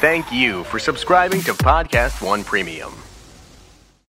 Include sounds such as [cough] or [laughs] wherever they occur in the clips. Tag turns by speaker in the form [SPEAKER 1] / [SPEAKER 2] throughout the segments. [SPEAKER 1] Thank you for subscribing to Podcast One Premium.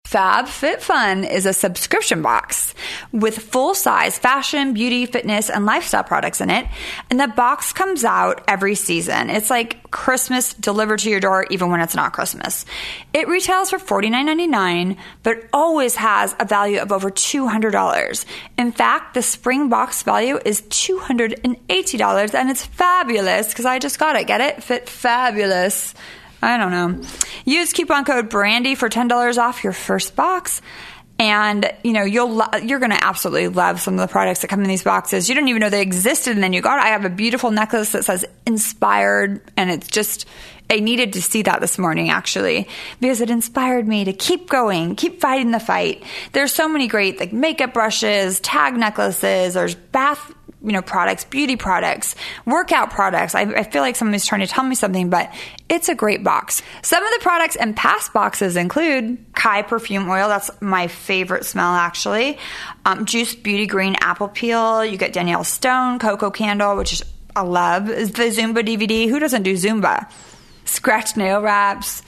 [SPEAKER 2] FabFitFun is a subscription box with full size fashion, beauty, fitness, and lifestyle products in it. And the box comes out every season. It's like Christmas delivered to your door, even when it's not Christmas. It retails for $49.99, but always has a value of over $200. In fact, the spring box value is $280, and it's fabulous because I just got it. Get it? Fit fabulous. I don't know. Use coupon code Brandy for ten dollars off your first box, and you know you'll lo- you're going to absolutely love some of the products that come in these boxes. You didn't even know they existed, and then you got. It. I have a beautiful necklace that says "inspired," and it's just. I needed to see that this morning actually because it inspired me to keep going, keep fighting the fight. There's so many great like makeup brushes, tag necklaces, there's bath you know products beauty products workout products I, I feel like somebody's trying to tell me something but it's a great box some of the products and past boxes include kai perfume oil that's my favorite smell actually um, juice beauty green apple peel you get danielle stone cocoa candle which is i love Is the zumba dvd who doesn't do zumba scratch nail wraps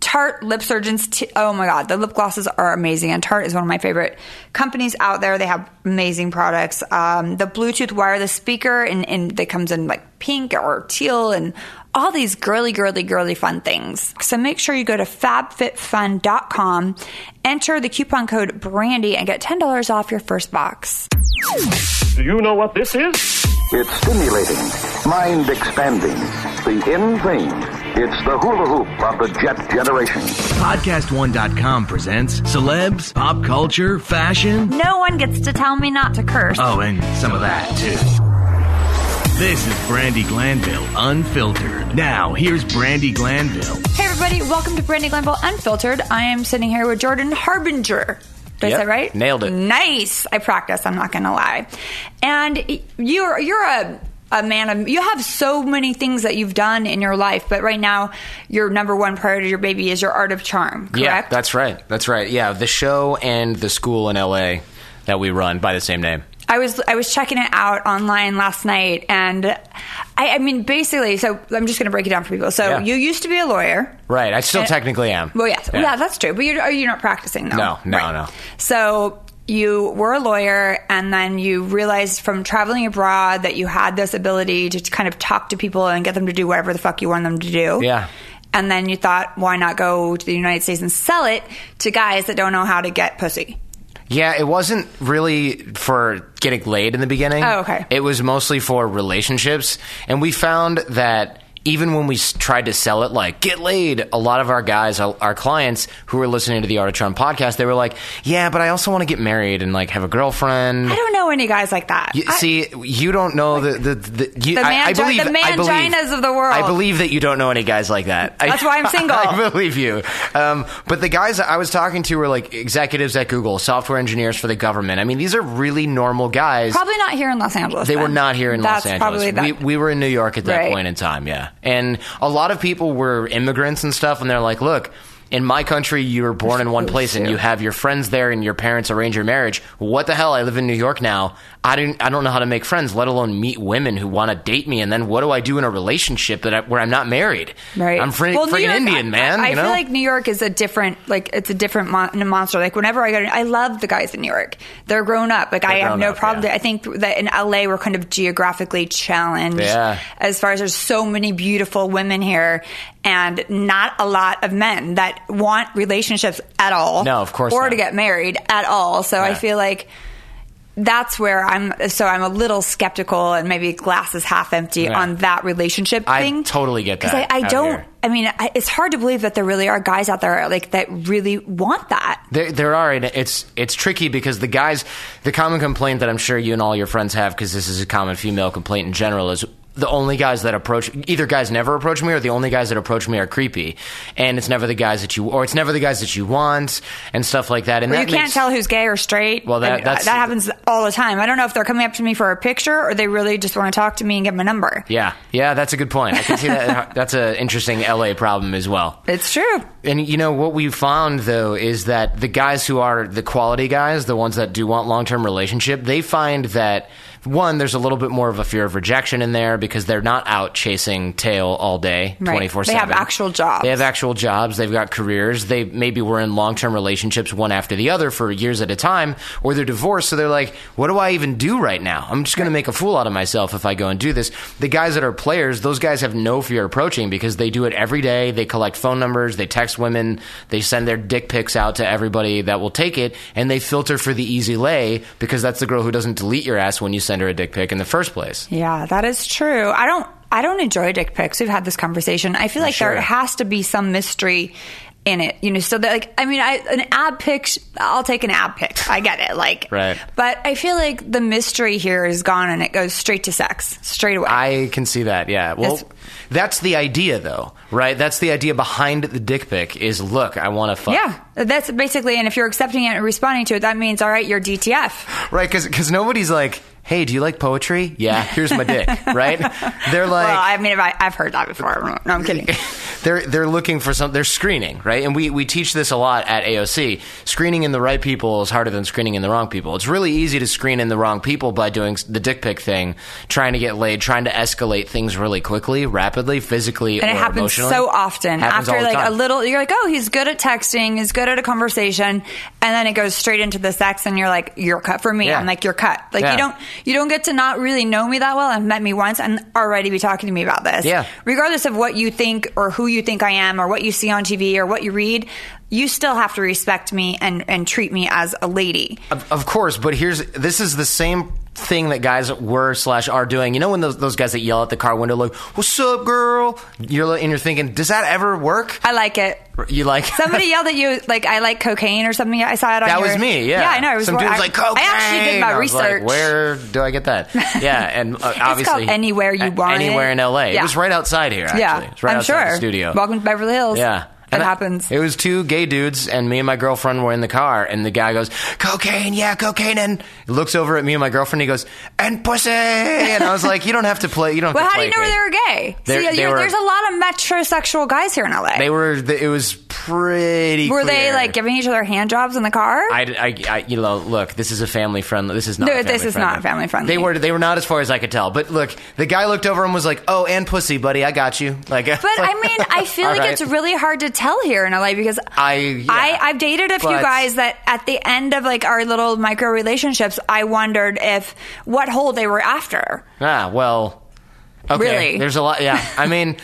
[SPEAKER 2] Tarte Lip Surgeons. T- oh my God, the lip glosses are amazing, and Tarte is one of my favorite companies out there. They have amazing products. Um, the Bluetooth wireless speaker, and, and that comes in like pink or teal, and all these girly, girly, girly fun things. So make sure you go to fabfitfun.com, enter the coupon code Brandy, and get ten dollars off your first box.
[SPEAKER 3] Do you know what this is?
[SPEAKER 4] It's stimulating, mind expanding, the in thing. It's the hula hoop of the jet generation.
[SPEAKER 5] Podcast1.com presents celebs, pop culture, fashion.
[SPEAKER 2] No one gets to tell me not to curse.
[SPEAKER 5] Oh, and some of that, too. This is Brandy Glanville Unfiltered. Now, here's Brandy Glanville.
[SPEAKER 2] Hey everybody, welcome to Brandy Glanville Unfiltered. I am sitting here with Jordan Harbinger. Did I
[SPEAKER 6] Yep,
[SPEAKER 2] say right?
[SPEAKER 6] nailed it.
[SPEAKER 2] Nice. I practiced. I'm not going to lie. And you're you're a a man of you have so many things that you've done in your life, but right now your number one priority, your baby, is your art of charm. Correct.
[SPEAKER 6] Yeah, that's right. That's right. Yeah, the show and the school in LA that we run by the same name.
[SPEAKER 2] I was I was checking it out online last night, and I, I mean basically. So I'm just going to break it down for people. So
[SPEAKER 6] Yeah.
[SPEAKER 2] you used to be a lawyer.
[SPEAKER 6] Right. I still
[SPEAKER 2] And-
[SPEAKER 6] technically am.
[SPEAKER 2] Well, yes, yeah, that's true. But you're are you not practicing though?
[SPEAKER 6] No, no,
[SPEAKER 2] Right.
[SPEAKER 6] no.
[SPEAKER 2] So you were a lawyer, and then you realized from traveling abroad that you had this ability to kind of talk to people and get them to do whatever the fuck you want them to do.
[SPEAKER 6] Yeah.
[SPEAKER 2] And then you thought, why not go to the United States and sell it to guys that don't know how to get pussy?
[SPEAKER 6] Yeah, it wasn't really for getting laid in the beginning.
[SPEAKER 2] Oh, okay.
[SPEAKER 6] It was mostly for relationships. And we found that even when we s- tried to sell it, like, get laid, a lot of our guys, our our clients who were listening to the Art of Charm podcast, they were like, yeah, but I also want to get married and, like, have a girlfriend.
[SPEAKER 2] I don't know any guys like that.
[SPEAKER 6] Mm. You,
[SPEAKER 2] I-
[SPEAKER 6] see, you don't know the the the, you,
[SPEAKER 2] The
[SPEAKER 6] I, I
[SPEAKER 2] mangi-
[SPEAKER 6] believe
[SPEAKER 2] the
[SPEAKER 6] I believe-
[SPEAKER 2] manginas of the world.
[SPEAKER 6] I believe that you don't know any guys like that. [laughs] I-
[SPEAKER 2] That's why I'm single.
[SPEAKER 6] I believe you. Um, but the guys that I was talking to were like executives at Google, software engineers for the government. I mean, these are really normal guys.
[SPEAKER 2] Probably not here in Los Angeles.
[SPEAKER 6] They were
[SPEAKER 2] then.
[SPEAKER 6] not here in
[SPEAKER 2] That's
[SPEAKER 6] Los Angeles.
[SPEAKER 2] Probably that.
[SPEAKER 6] We, we were in New York at that
[SPEAKER 2] Right.
[SPEAKER 6] point in time, yeah. And a lot of people were immigrants and stuff, and they're like, look, in my country, you were born in
[SPEAKER 2] Oh,
[SPEAKER 6] one place and you have your friends there and your parents arrange your marriage. What the hell? I live in New York now. I don't, I don't know how to make friends, let alone meet women who want to date me. And then what do I do in a relationship that I, where I'm not married?
[SPEAKER 2] Right.
[SPEAKER 6] I'm free,
[SPEAKER 2] Well, New
[SPEAKER 6] freaking
[SPEAKER 2] York-
[SPEAKER 6] Indian,
[SPEAKER 2] I-
[SPEAKER 6] man.
[SPEAKER 2] I,
[SPEAKER 6] you know?
[SPEAKER 2] feel like New York is a different, like it's a different mon- monster. Like whenever I go, to, I love the guys in New York. They're grown up. Like I have
[SPEAKER 6] grown
[SPEAKER 2] no
[SPEAKER 6] up,
[SPEAKER 2] problem.
[SPEAKER 6] yeah.
[SPEAKER 2] I think that in LA we're kind of geographically challenged.
[SPEAKER 6] Yeah.
[SPEAKER 2] As far as there's so many beautiful women here, and not a lot of men that want relationships at all.
[SPEAKER 6] No, of course
[SPEAKER 2] Or
[SPEAKER 6] not.
[SPEAKER 2] to get married at all. So I
[SPEAKER 6] Yeah.
[SPEAKER 2] feel like. That's where I'm. So I'm a little skeptical, and maybe glass is half empty
[SPEAKER 6] Yeah.
[SPEAKER 2] on that relationship
[SPEAKER 6] I
[SPEAKER 2] thing.
[SPEAKER 6] totally get
[SPEAKER 2] Because I,
[SPEAKER 6] that
[SPEAKER 2] I
[SPEAKER 6] out
[SPEAKER 2] don't.
[SPEAKER 6] here.
[SPEAKER 2] I mean, I, it's hard to believe that there really are guys out there like that really want that.
[SPEAKER 6] There, there are, and it's it's tricky because the guys, the common complaint that I'm sure you and all your friends have, because this is a common female complaint in general, is the only guys that approach either guys never approach me or the only guys that approach me are creepy, and it's never the guys that you or it's never the guys that you want and stuff like that. And
[SPEAKER 2] Or
[SPEAKER 6] that
[SPEAKER 2] you can't
[SPEAKER 6] makes-
[SPEAKER 2] tell who's gay or straight.
[SPEAKER 6] Well, that-
[SPEAKER 2] And, uh,
[SPEAKER 6] that's-
[SPEAKER 2] that happens all the time. I don't know if they're coming up to me for a picture or they really just want to talk to me and get my number.
[SPEAKER 6] Yeah, yeah, that's a good point. I can see that. that's an interesting LA problem as well.
[SPEAKER 2] It's true.
[SPEAKER 6] And you know what we found though is that the guys who are the quality guys, the ones that do want long term relationship, they find that one, there's a little bit more of a fear of rejection in there because they're not out chasing tail all day,
[SPEAKER 2] Right.
[SPEAKER 6] twenty four
[SPEAKER 2] They
[SPEAKER 6] seven.
[SPEAKER 2] have actual jobs.
[SPEAKER 6] They have actual jobs. They've got careers. They maybe were in long term relationships one after the other for years at a time, or they're divorced. So they're like, what do I even do right now? I'm just going to make a fool out of myself if I go and do this. The guys that are players, those guys have no fear approaching because they do it every day. They collect phone numbers. They text women. They send their dick pics out to everybody that will take it. And they filter for the easy lay because that's the girl who doesn't delete your ass when you send her a dick pic in the first place.
[SPEAKER 2] Yeah, that is true. I don't I don't enjoy dick pics. We've had this conversation. I feel like
[SPEAKER 6] sure.
[SPEAKER 2] there has to be some mystery in it, you know. So that like I mean, I an ab pic, sh- I'll take an ab pic. I get it. Like
[SPEAKER 6] Right.
[SPEAKER 2] But I feel like the mystery here is gone and it goes straight to sex, straight away.
[SPEAKER 6] I can see that. Yeah. Well,
[SPEAKER 2] It's-
[SPEAKER 6] that's the idea, though, right? That's the idea behind the dick pic. Is look, I want to fuck.
[SPEAKER 2] yeah, that's basically. And if you're accepting it and responding to it, that means all right, you're DTF.
[SPEAKER 6] Right. Because nobody's like, hey, do you like poetry? Yeah. Here's
[SPEAKER 2] [laughs]
[SPEAKER 6] my dick. right. They're like.
[SPEAKER 2] well, I mean, if I, I've heard that before. No, I'm
[SPEAKER 6] [laughs]
[SPEAKER 2] kidding.
[SPEAKER 6] they're they're looking for some. They're screening, right? And we we teach this a lot at AOC. Screening in the right people is harder than screening in the wrong people. It's really easy to screen in the wrong people by doing the dick pic thing, trying to get laid, trying to escalate things really quickly, rapidly, physically,
[SPEAKER 2] and it
[SPEAKER 6] or
[SPEAKER 2] happens
[SPEAKER 6] emotionally.
[SPEAKER 2] so often
[SPEAKER 6] Happens
[SPEAKER 2] after
[SPEAKER 6] all the
[SPEAKER 2] like
[SPEAKER 6] time.
[SPEAKER 2] a little you're like oh he's good at texting he's good at a conversation and then it goes straight into the sex and you're like you're cut for me
[SPEAKER 6] Yeah.
[SPEAKER 2] i'm like you're cut like
[SPEAKER 6] Yeah.
[SPEAKER 2] you don't you don't get to not really know me that well and met me once and already be talking to me about this
[SPEAKER 6] Yeah.
[SPEAKER 2] regardless of what you think or who you think i am or what you see on tv or what you read you still have to respect me and and treat me as a lady
[SPEAKER 6] Of, of course, but here's this is the same thing that guys were slash are doing. You know when those, those guys that yell at the car window, like "What's up, girl?" You're li- and you're thinking, does that ever work?
[SPEAKER 2] i like it
[SPEAKER 6] You [laughs] like
[SPEAKER 2] Somebody yelled at you like I like cocaine or something. I saw it on
[SPEAKER 6] that
[SPEAKER 2] your-
[SPEAKER 6] was me.
[SPEAKER 2] [laughs]
[SPEAKER 6] Yeah,
[SPEAKER 2] yeah, I know. It was
[SPEAKER 6] Some
[SPEAKER 2] what
[SPEAKER 6] dude was
[SPEAKER 2] I-
[SPEAKER 6] like cocaine.
[SPEAKER 2] I actually did my
[SPEAKER 6] I was like,
[SPEAKER 2] research.
[SPEAKER 6] Where do I get that?
[SPEAKER 2] [laughs]
[SPEAKER 6] Yeah, and uh, obviously
[SPEAKER 2] Anywhere You
[SPEAKER 6] a-
[SPEAKER 2] Want
[SPEAKER 6] anywhere
[SPEAKER 2] It.
[SPEAKER 6] in L.A. It
[SPEAKER 2] Yeah.
[SPEAKER 6] was right outside here. Actually.
[SPEAKER 2] Yeah,
[SPEAKER 6] it was right
[SPEAKER 2] I'm
[SPEAKER 6] outside
[SPEAKER 2] sure.
[SPEAKER 6] the studio.
[SPEAKER 2] Welcome to Beverly Hills.
[SPEAKER 6] Yeah.
[SPEAKER 2] that
[SPEAKER 6] And I-
[SPEAKER 2] happens.
[SPEAKER 6] It was two gay dudes, and me and my girlfriend were in the car, and the guy goes, "Cocaine, yeah, cocaine," and looks over at me and my girlfriend. He goes, "And pussy," and I was like, "You don't have to play. You don't." Have
[SPEAKER 2] [laughs] well,
[SPEAKER 6] to
[SPEAKER 2] how do you
[SPEAKER 6] play
[SPEAKER 2] know
[SPEAKER 6] gay."
[SPEAKER 2] they were gay?
[SPEAKER 6] They're-
[SPEAKER 2] See,
[SPEAKER 6] they
[SPEAKER 2] you're-
[SPEAKER 6] were-
[SPEAKER 2] there's a lot of metrosexual guys here in LA.
[SPEAKER 6] They were. th- It was pretty.
[SPEAKER 2] were they
[SPEAKER 6] clear.
[SPEAKER 2] like giving each other hand jobs in the car?
[SPEAKER 6] I, I, I, you know, look. This is a family friendly. This is not.
[SPEAKER 2] No,
[SPEAKER 6] a
[SPEAKER 2] this
[SPEAKER 6] family
[SPEAKER 2] is not family friendly.
[SPEAKER 6] They were. They were not as far as I could tell. But look, the guy looked over and was like, "Oh, and pussy, buddy, I got you." Like, [laughs]
[SPEAKER 2] but I mean, I feel like it's really hard to tell here in LA because
[SPEAKER 6] I- yeah.
[SPEAKER 2] I I've dated a few
[SPEAKER 6] But-
[SPEAKER 2] guys that at the end of like our little micro relationships, I wondered if what hole they were after.
[SPEAKER 6] Ah, well. Okay.
[SPEAKER 2] Really?
[SPEAKER 6] There's a lot. Yeah. I mean,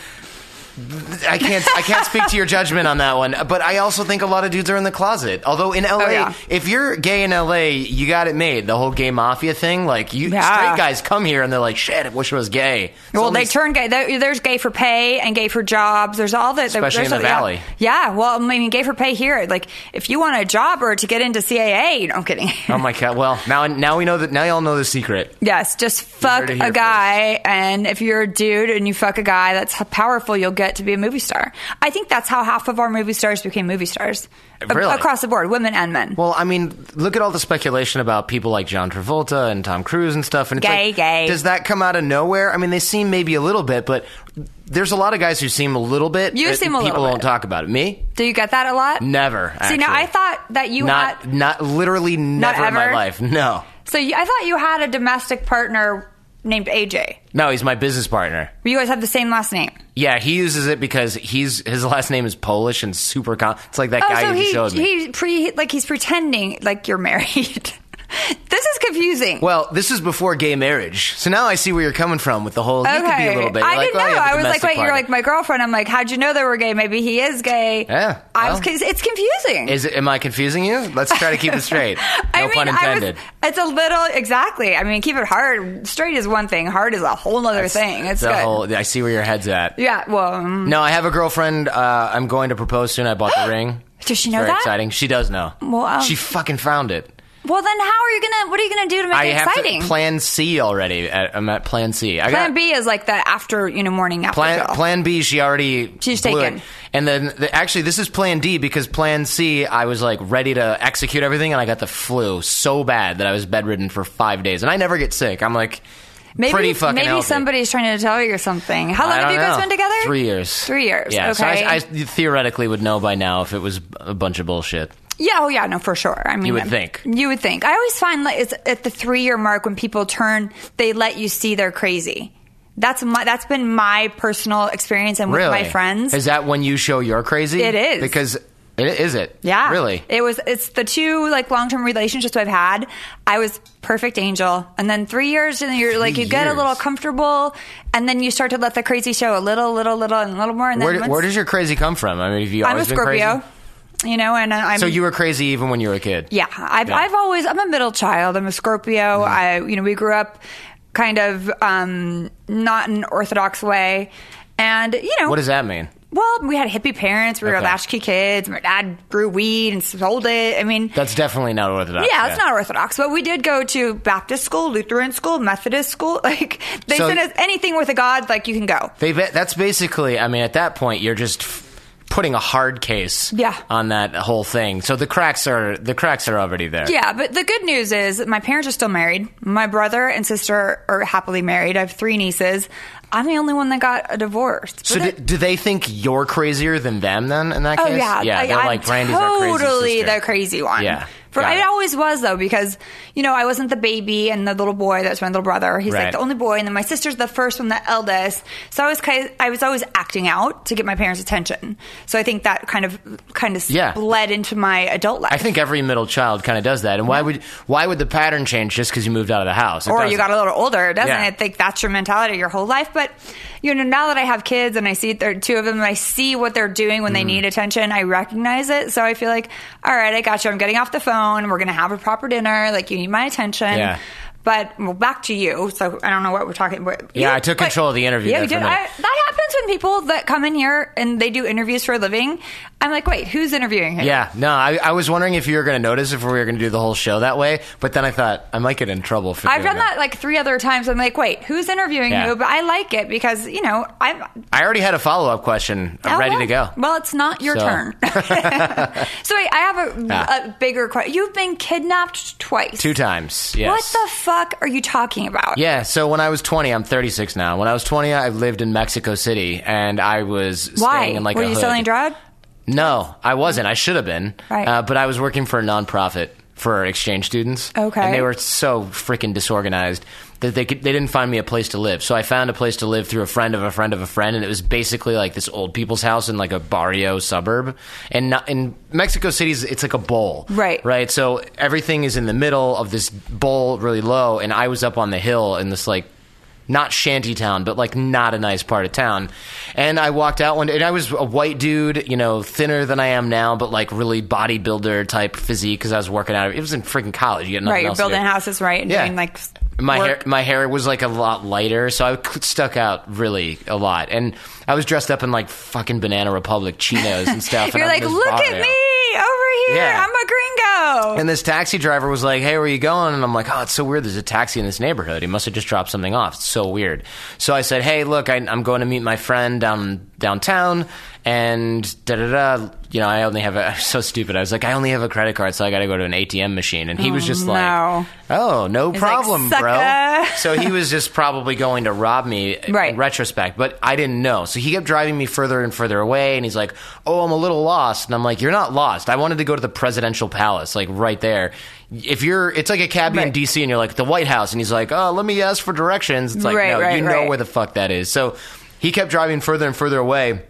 [SPEAKER 6] I can't. I can't speak to your judgment on that one. But I also think a lot of dudes are in the closet. Although in LA,
[SPEAKER 2] Oh, yeah.
[SPEAKER 6] if you're gay in LA, you got it made. The whole gay mafia thing. Like you,
[SPEAKER 2] Yeah.
[SPEAKER 6] straight guys come here and they're like, "Shit, I wish I was gay." It's
[SPEAKER 2] Well,
[SPEAKER 6] only
[SPEAKER 2] they turn gay. there- There's gay for pay and gay for jobs. There's all the
[SPEAKER 6] Especially
[SPEAKER 2] there's
[SPEAKER 6] in the
[SPEAKER 2] a- yeah.
[SPEAKER 6] Valley.
[SPEAKER 2] Yeah. Well, I mean, gay for pay here. Like, if you want a job or to get into CAA, no, I'm kidding.
[SPEAKER 6] Oh my god! Well, now now we know that now y'all know the secret.
[SPEAKER 2] [laughs] yes, just
[SPEAKER 6] heard
[SPEAKER 2] fuck
[SPEAKER 6] it here
[SPEAKER 2] a guy, and if you're a dude and you fuck a guy, that's how powerful you'll get to be a movie star. I think that's how half of our movie stars became movie stars A-
[SPEAKER 6] Really?
[SPEAKER 2] across the board, women and men.
[SPEAKER 6] Well, I mean, look at all the speculation about people like John Travolta and Tom Cruise and stuff. And it's
[SPEAKER 2] Gay,
[SPEAKER 6] like,
[SPEAKER 2] gay.
[SPEAKER 6] Does that come out of nowhere? I mean, they seem maybe a little bit, but there's a lot of guys who seem a little bit.
[SPEAKER 2] You
[SPEAKER 6] that
[SPEAKER 2] seem a
[SPEAKER 6] people
[SPEAKER 2] little
[SPEAKER 6] don't
[SPEAKER 2] bit.
[SPEAKER 6] talk about it. Me,
[SPEAKER 2] Do you get that a lot?
[SPEAKER 6] never.
[SPEAKER 2] See, now
[SPEAKER 6] actually.
[SPEAKER 2] I thought that you
[SPEAKER 6] not
[SPEAKER 2] had
[SPEAKER 6] not literally never in my
[SPEAKER 2] ever?
[SPEAKER 6] life. No,
[SPEAKER 2] so you, I thought you had a domestic partner named AJ.
[SPEAKER 6] no, he's my business partner.
[SPEAKER 2] You guys have the same last name.
[SPEAKER 6] Yeah, he uses it because he's his last name is Polish and super. Con- it's like that
[SPEAKER 2] Oh,
[SPEAKER 6] guy
[SPEAKER 2] so
[SPEAKER 6] who
[SPEAKER 2] he
[SPEAKER 6] showed me.
[SPEAKER 2] he pre like he's pretending like you're married. [laughs] this is confusing.
[SPEAKER 6] Well, this is before gay marriage, so now I see where you're coming from with the whole. You could be a little bit.
[SPEAKER 2] I
[SPEAKER 6] You're like,
[SPEAKER 2] didn't
[SPEAKER 6] "Oh,
[SPEAKER 2] know.
[SPEAKER 6] yeah, the
[SPEAKER 2] I was like,
[SPEAKER 6] domestic
[SPEAKER 2] wait, you're
[SPEAKER 6] partner."
[SPEAKER 2] like my girlfriend. I'm like, how'd you know they were gay? Maybe he is gay.
[SPEAKER 6] Yeah,
[SPEAKER 2] I was.
[SPEAKER 6] well.
[SPEAKER 2] It's confusing.
[SPEAKER 6] Is it, am I confusing you? Let's try to keep it straight. No
[SPEAKER 2] [laughs] I mean,
[SPEAKER 6] pun
[SPEAKER 2] I
[SPEAKER 6] intended.
[SPEAKER 2] was, it's a little exactly. I mean, keep it hard. Straight is one thing. Hard is a whole other thing. It's
[SPEAKER 6] the
[SPEAKER 2] good.
[SPEAKER 6] whole. I see where your head's at.
[SPEAKER 2] yeah. Well, um,
[SPEAKER 6] No, I have a girlfriend. Uh, I'm going to propose soon. I bought
[SPEAKER 2] [gasps]
[SPEAKER 6] the ring.
[SPEAKER 2] Does she know
[SPEAKER 6] Very
[SPEAKER 2] that?
[SPEAKER 6] exciting. She does know.
[SPEAKER 2] Well, um,
[SPEAKER 6] she fucking found it.
[SPEAKER 2] well, then how are you gonna? What are you gonna do to make
[SPEAKER 6] I
[SPEAKER 2] it
[SPEAKER 6] have
[SPEAKER 2] exciting?
[SPEAKER 6] to plan C already. At, I'm at plan C. I
[SPEAKER 2] Plan
[SPEAKER 6] got,
[SPEAKER 2] B is like the after you know morning after
[SPEAKER 6] Plan,
[SPEAKER 2] show.
[SPEAKER 6] plan B, she already
[SPEAKER 2] She's
[SPEAKER 6] blew
[SPEAKER 2] taken.
[SPEAKER 6] It. And then the, actually, this is Plan D because Plan C, I was like ready to execute everything, and I got the flu so bad that I was bedridden for five days, and I never get sick. I'm like
[SPEAKER 2] Maybe
[SPEAKER 6] pretty fucking
[SPEAKER 2] maybe
[SPEAKER 6] healthy.
[SPEAKER 2] somebody's trying to tell you something. How long
[SPEAKER 6] I
[SPEAKER 2] have
[SPEAKER 6] don't
[SPEAKER 2] you guys
[SPEAKER 6] know.
[SPEAKER 2] been together?
[SPEAKER 6] Three years.
[SPEAKER 2] Three years.
[SPEAKER 6] Yeah. So
[SPEAKER 2] okay.
[SPEAKER 6] I, I theoretically would know by now if it was a bunch of bullshit.
[SPEAKER 2] Yeah, oh yeah, no, for sure. I mean,
[SPEAKER 6] You would
[SPEAKER 2] um,
[SPEAKER 6] think.
[SPEAKER 2] You would think. I always find like it's at the three year mark when people turn, they let you see they're crazy. That's my that's been my personal experience and with
[SPEAKER 6] Really?
[SPEAKER 2] my friends.
[SPEAKER 6] Is that when you show you're crazy?
[SPEAKER 2] It is.
[SPEAKER 6] Because i- is it?
[SPEAKER 2] yeah,
[SPEAKER 6] Really?
[SPEAKER 2] It was it's the two like long term relationships I've had. I was perfect angel, and then three years, and you're like you
[SPEAKER 6] Three
[SPEAKER 2] get a
[SPEAKER 6] years.
[SPEAKER 2] little comfortable, and then you start to let the crazy show a little, little, little, and a little more. And then
[SPEAKER 6] where,
[SPEAKER 2] once-
[SPEAKER 6] where does your crazy come from? I mean, have you
[SPEAKER 2] I'm a
[SPEAKER 6] always been crazy?
[SPEAKER 2] Scorpio, you know, and uh, I'm
[SPEAKER 6] So you were crazy even when you were a kid.
[SPEAKER 2] Yeah, I've
[SPEAKER 6] Yeah. Mm-hmm.
[SPEAKER 2] I've always I'm a middle child. I'm a Scorpio. I you know we grew up kind of um, not in an orthodox way, and you know
[SPEAKER 6] What does that mean?
[SPEAKER 2] Well, we had hippie parents. We were
[SPEAKER 6] Okay.
[SPEAKER 2] latchkey kids. My dad grew weed and sold it. I mean.
[SPEAKER 6] That's definitely not orthodox.
[SPEAKER 2] yeah, it's not orthodox, but we did go to Baptist school, Lutheran school, Methodist school. [laughs] Like they
[SPEAKER 6] So-
[SPEAKER 2] sent us anything with a god, like you can go.
[SPEAKER 6] They bet that's basically. I mean, at that point, you're just f- putting a hard case.
[SPEAKER 2] Yeah.
[SPEAKER 6] On that whole thing, so the cracks are the cracks are already there.
[SPEAKER 2] Yeah, but the good news is that my parents are still married. My brother and sister are happily married. I have three nieces. I'm the only one that got a divorce. But
[SPEAKER 6] So do,
[SPEAKER 2] that-
[SPEAKER 6] do they think you're crazier than them? Then in that
[SPEAKER 2] oh
[SPEAKER 6] case,
[SPEAKER 2] yeah,
[SPEAKER 6] yeah,
[SPEAKER 2] I,
[SPEAKER 6] they're
[SPEAKER 2] I'm
[SPEAKER 6] like Brandy's our crazy
[SPEAKER 2] totally
[SPEAKER 6] sister."
[SPEAKER 2] the crazy one.
[SPEAKER 6] Yeah,
[SPEAKER 2] For,
[SPEAKER 6] got
[SPEAKER 2] I
[SPEAKER 6] it.
[SPEAKER 2] always was though because you know I wasn't the baby and the little boy. That's my little brother. He's
[SPEAKER 6] Right.
[SPEAKER 2] like the only boy, and then my sister's the first one, the eldest. So I was kind I was always acting out to get my parents' attention. So I think that kind of kind of
[SPEAKER 6] Yeah.
[SPEAKER 2] bled into my adult life.
[SPEAKER 6] I think every middle child kind of does that. And why would why would the pattern change just because you moved out of the house? It
[SPEAKER 2] or you
[SPEAKER 6] doesn't.
[SPEAKER 2] got a little older. It doesn't.
[SPEAKER 6] Yeah.
[SPEAKER 2] I think that's your mentality your whole life. But you know, now that I have kids and I see there are two of them, and I see what they're doing
[SPEAKER 6] Mm-hmm.
[SPEAKER 2] when they need attention. I recognize it, so I feel like, all right, I got you. I'm getting off the phone. We're gonna have a proper dinner. Like you need my attention.
[SPEAKER 6] Yeah.
[SPEAKER 2] But well, back to you. So I don't know what we're talking about.
[SPEAKER 6] Yeah, I took control of the interview
[SPEAKER 2] Yeah,
[SPEAKER 6] there
[SPEAKER 2] you
[SPEAKER 6] for a
[SPEAKER 2] did.
[SPEAKER 6] minute.
[SPEAKER 2] I, that happens when people that come in here and they do interviews for a living. I'm like, wait, who's interviewing here?
[SPEAKER 6] Yeah, no, I, I was wondering if you were going to notice if we were going to do the whole show that way, but then I thought I might get in trouble for
[SPEAKER 2] I've done
[SPEAKER 6] doing
[SPEAKER 2] that like three other times. I'm like, wait, who's interviewing
[SPEAKER 6] Yeah.
[SPEAKER 2] who? But I like it because you know I'm
[SPEAKER 6] I already had a follow up question. I'm
[SPEAKER 2] Oh,
[SPEAKER 6] ready
[SPEAKER 2] well.
[SPEAKER 6] to go.
[SPEAKER 2] Well, it's not your
[SPEAKER 6] So- [laughs]
[SPEAKER 2] turn. so wait, I have a,
[SPEAKER 6] Yeah.
[SPEAKER 2] a bigger question. You've been kidnapped twice.
[SPEAKER 6] Two times. Yes.
[SPEAKER 2] What the fuck are you talking about?
[SPEAKER 6] Yeah, so when I was 20, I'm 36 now. When I was 20, I lived in Mexico City and I was
[SPEAKER 2] Why?
[SPEAKER 6] staying in like
[SPEAKER 2] Were
[SPEAKER 6] a
[SPEAKER 2] you
[SPEAKER 6] hood.
[SPEAKER 2] selling drug?
[SPEAKER 6] No, I wasn't. I should have been.
[SPEAKER 2] Right.
[SPEAKER 6] Uh, but I was working for a nonprofit for exchange students.
[SPEAKER 2] Okay.
[SPEAKER 6] And they were so freaking disorganized that they could, they didn't find me a place to live. So I found a place to live through a friend of a friend of a friend, and it was basically like this old people's house in like a barrio suburb. And not, in Mexico City, it's like a bowl.
[SPEAKER 2] Right.
[SPEAKER 6] Right. So everything is in the middle of this bowl, really low, and I was up on the hill in this like not shanty town, but like not a nice part of town. And I walked out one day, and I was a white dude, you know, thinner than I am now, but like really bodybuilder type physique because I was working out. It was in freaking college. You get nothing
[SPEAKER 2] Right, you're
[SPEAKER 6] else to do.
[SPEAKER 2] building houses, right? And
[SPEAKER 6] Yeah.
[SPEAKER 2] doing like
[SPEAKER 6] My
[SPEAKER 2] work.
[SPEAKER 6] hair, my hair was like a lot lighter, so I c- stuck out really a lot. And I was dressed up in like fucking Banana Republic chinos and stuff.
[SPEAKER 2] [laughs]
[SPEAKER 6] and
[SPEAKER 2] You're
[SPEAKER 6] I'm
[SPEAKER 2] like,
[SPEAKER 6] in this
[SPEAKER 2] look at
[SPEAKER 6] barrio."
[SPEAKER 2] me over here.
[SPEAKER 6] Yeah.
[SPEAKER 2] I'm a gringo.
[SPEAKER 6] And this taxi driver was like, "Hey, where are you going?" And I'm like, "Oh, it's so weird. There's a taxi in this neighborhood. He must have just dropped something off. It's so weird." So I said, "Hey, look, I, I'm going to meet my friend down downtown, and da da da. You know, I only have a [laughs] I'm so stupid. I was like, I only have a credit card, so I got to go to an ATM machine." And he was just
[SPEAKER 2] no.
[SPEAKER 6] like, "Oh, no
[SPEAKER 2] like,
[SPEAKER 6] problem, bro."
[SPEAKER 2] "Sucker."
[SPEAKER 6] So he was just probably going to rob me
[SPEAKER 2] Right.
[SPEAKER 6] in retrospect, but I didn't know. So he kept driving me further and further away, and he's like, "Oh, I'm a little lost," and I'm like, "You're not lost. I wanted to go to the presidential palace, like right there. If you're, it's like a cabbie in
[SPEAKER 2] Right.
[SPEAKER 6] D.C., and you're like the White House, and he's like, "Oh, let me ask for directions." It's like,
[SPEAKER 2] Right,
[SPEAKER 6] no,
[SPEAKER 2] right,
[SPEAKER 6] you know
[SPEAKER 2] right.
[SPEAKER 6] where the fuck that is. So he kept driving further and further away,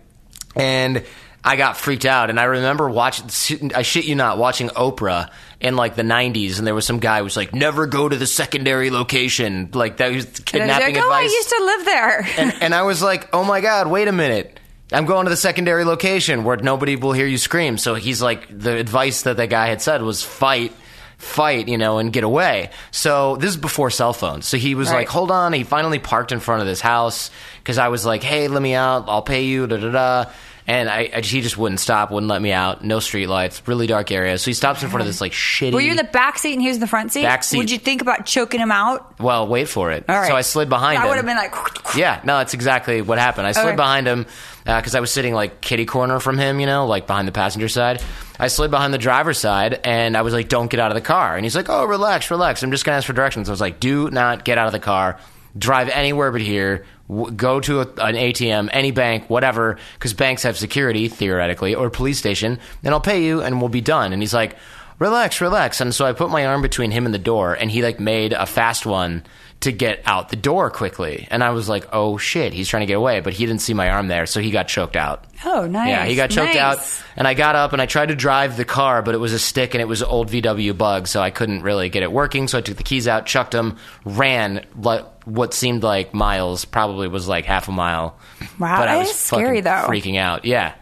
[SPEAKER 6] and. I got freaked out, and I remember watching. I shit you not, watching Oprah in like the '90s, and there was some guy who was like, "Never go to the secondary location." Like that he was
[SPEAKER 2] And I was
[SPEAKER 6] kidnapping
[SPEAKER 2] like, oh, I
[SPEAKER 6] advice
[SPEAKER 2] used to live there.
[SPEAKER 6] and, and I was like, oh my God, wait a minute. I'm going to the secondary location where nobody will hear you scream. So he's like, the advice that that guy had said was fight, fight, you know, and get away. So this is before cell phones. So he was
[SPEAKER 2] Right.
[SPEAKER 6] like, hold on. He finally parked in front of this house because I was like, hey, let me out. I'll pay you, da da da. And I, I, he just wouldn't stop, wouldn't let me out. No streetlights, really dark area. So he stops in front of this like
[SPEAKER 2] [laughs]
[SPEAKER 6] shitty.
[SPEAKER 2] Were you in the back seat and he was in the front seat?
[SPEAKER 6] Back seat.
[SPEAKER 2] Would you think about choking him out?
[SPEAKER 6] well, wait for it.
[SPEAKER 2] All right.
[SPEAKER 6] So I slid behind
[SPEAKER 2] I
[SPEAKER 6] him.
[SPEAKER 2] would have been like, [laughs]
[SPEAKER 6] Yeah, no, that's exactly what happened. I slid
[SPEAKER 2] Okay.
[SPEAKER 6] behind him because I was sitting like kitty corner from him, you know, like behind the passenger side. I slid behind the driver's side and I was like, don't get out of the car. And he's like, oh, relax, relax. I'm just going to ask for directions. I was like, do not get out of the car. drive anywhere but here, w- go to a, an ATM, any bank, whatever, because banks have security theoretically, or police station, and I'll pay you, and we'll be done. And he's like, relax, relax. And so I put my arm between him and the door, and he like made a fast one to get out the door quickly. And I was like, oh shit, he's trying to get away, but he didn't see my arm there, so he got choked out.
[SPEAKER 2] Oh, nice.
[SPEAKER 6] Yeah, he got
[SPEAKER 2] Nice.
[SPEAKER 6] choked out, and I got up and I tried to drive the car, but it was a stick and it was an old VW bug, so I couldn't really get it working. So I took the keys out, chucked them, ran like what seemed like miles, probably was like half a mile.
[SPEAKER 2] Wow,
[SPEAKER 6] but I
[SPEAKER 2] that
[SPEAKER 6] was
[SPEAKER 2] is scary,
[SPEAKER 6] fucking
[SPEAKER 2] though.
[SPEAKER 6] Freaking out, yeah.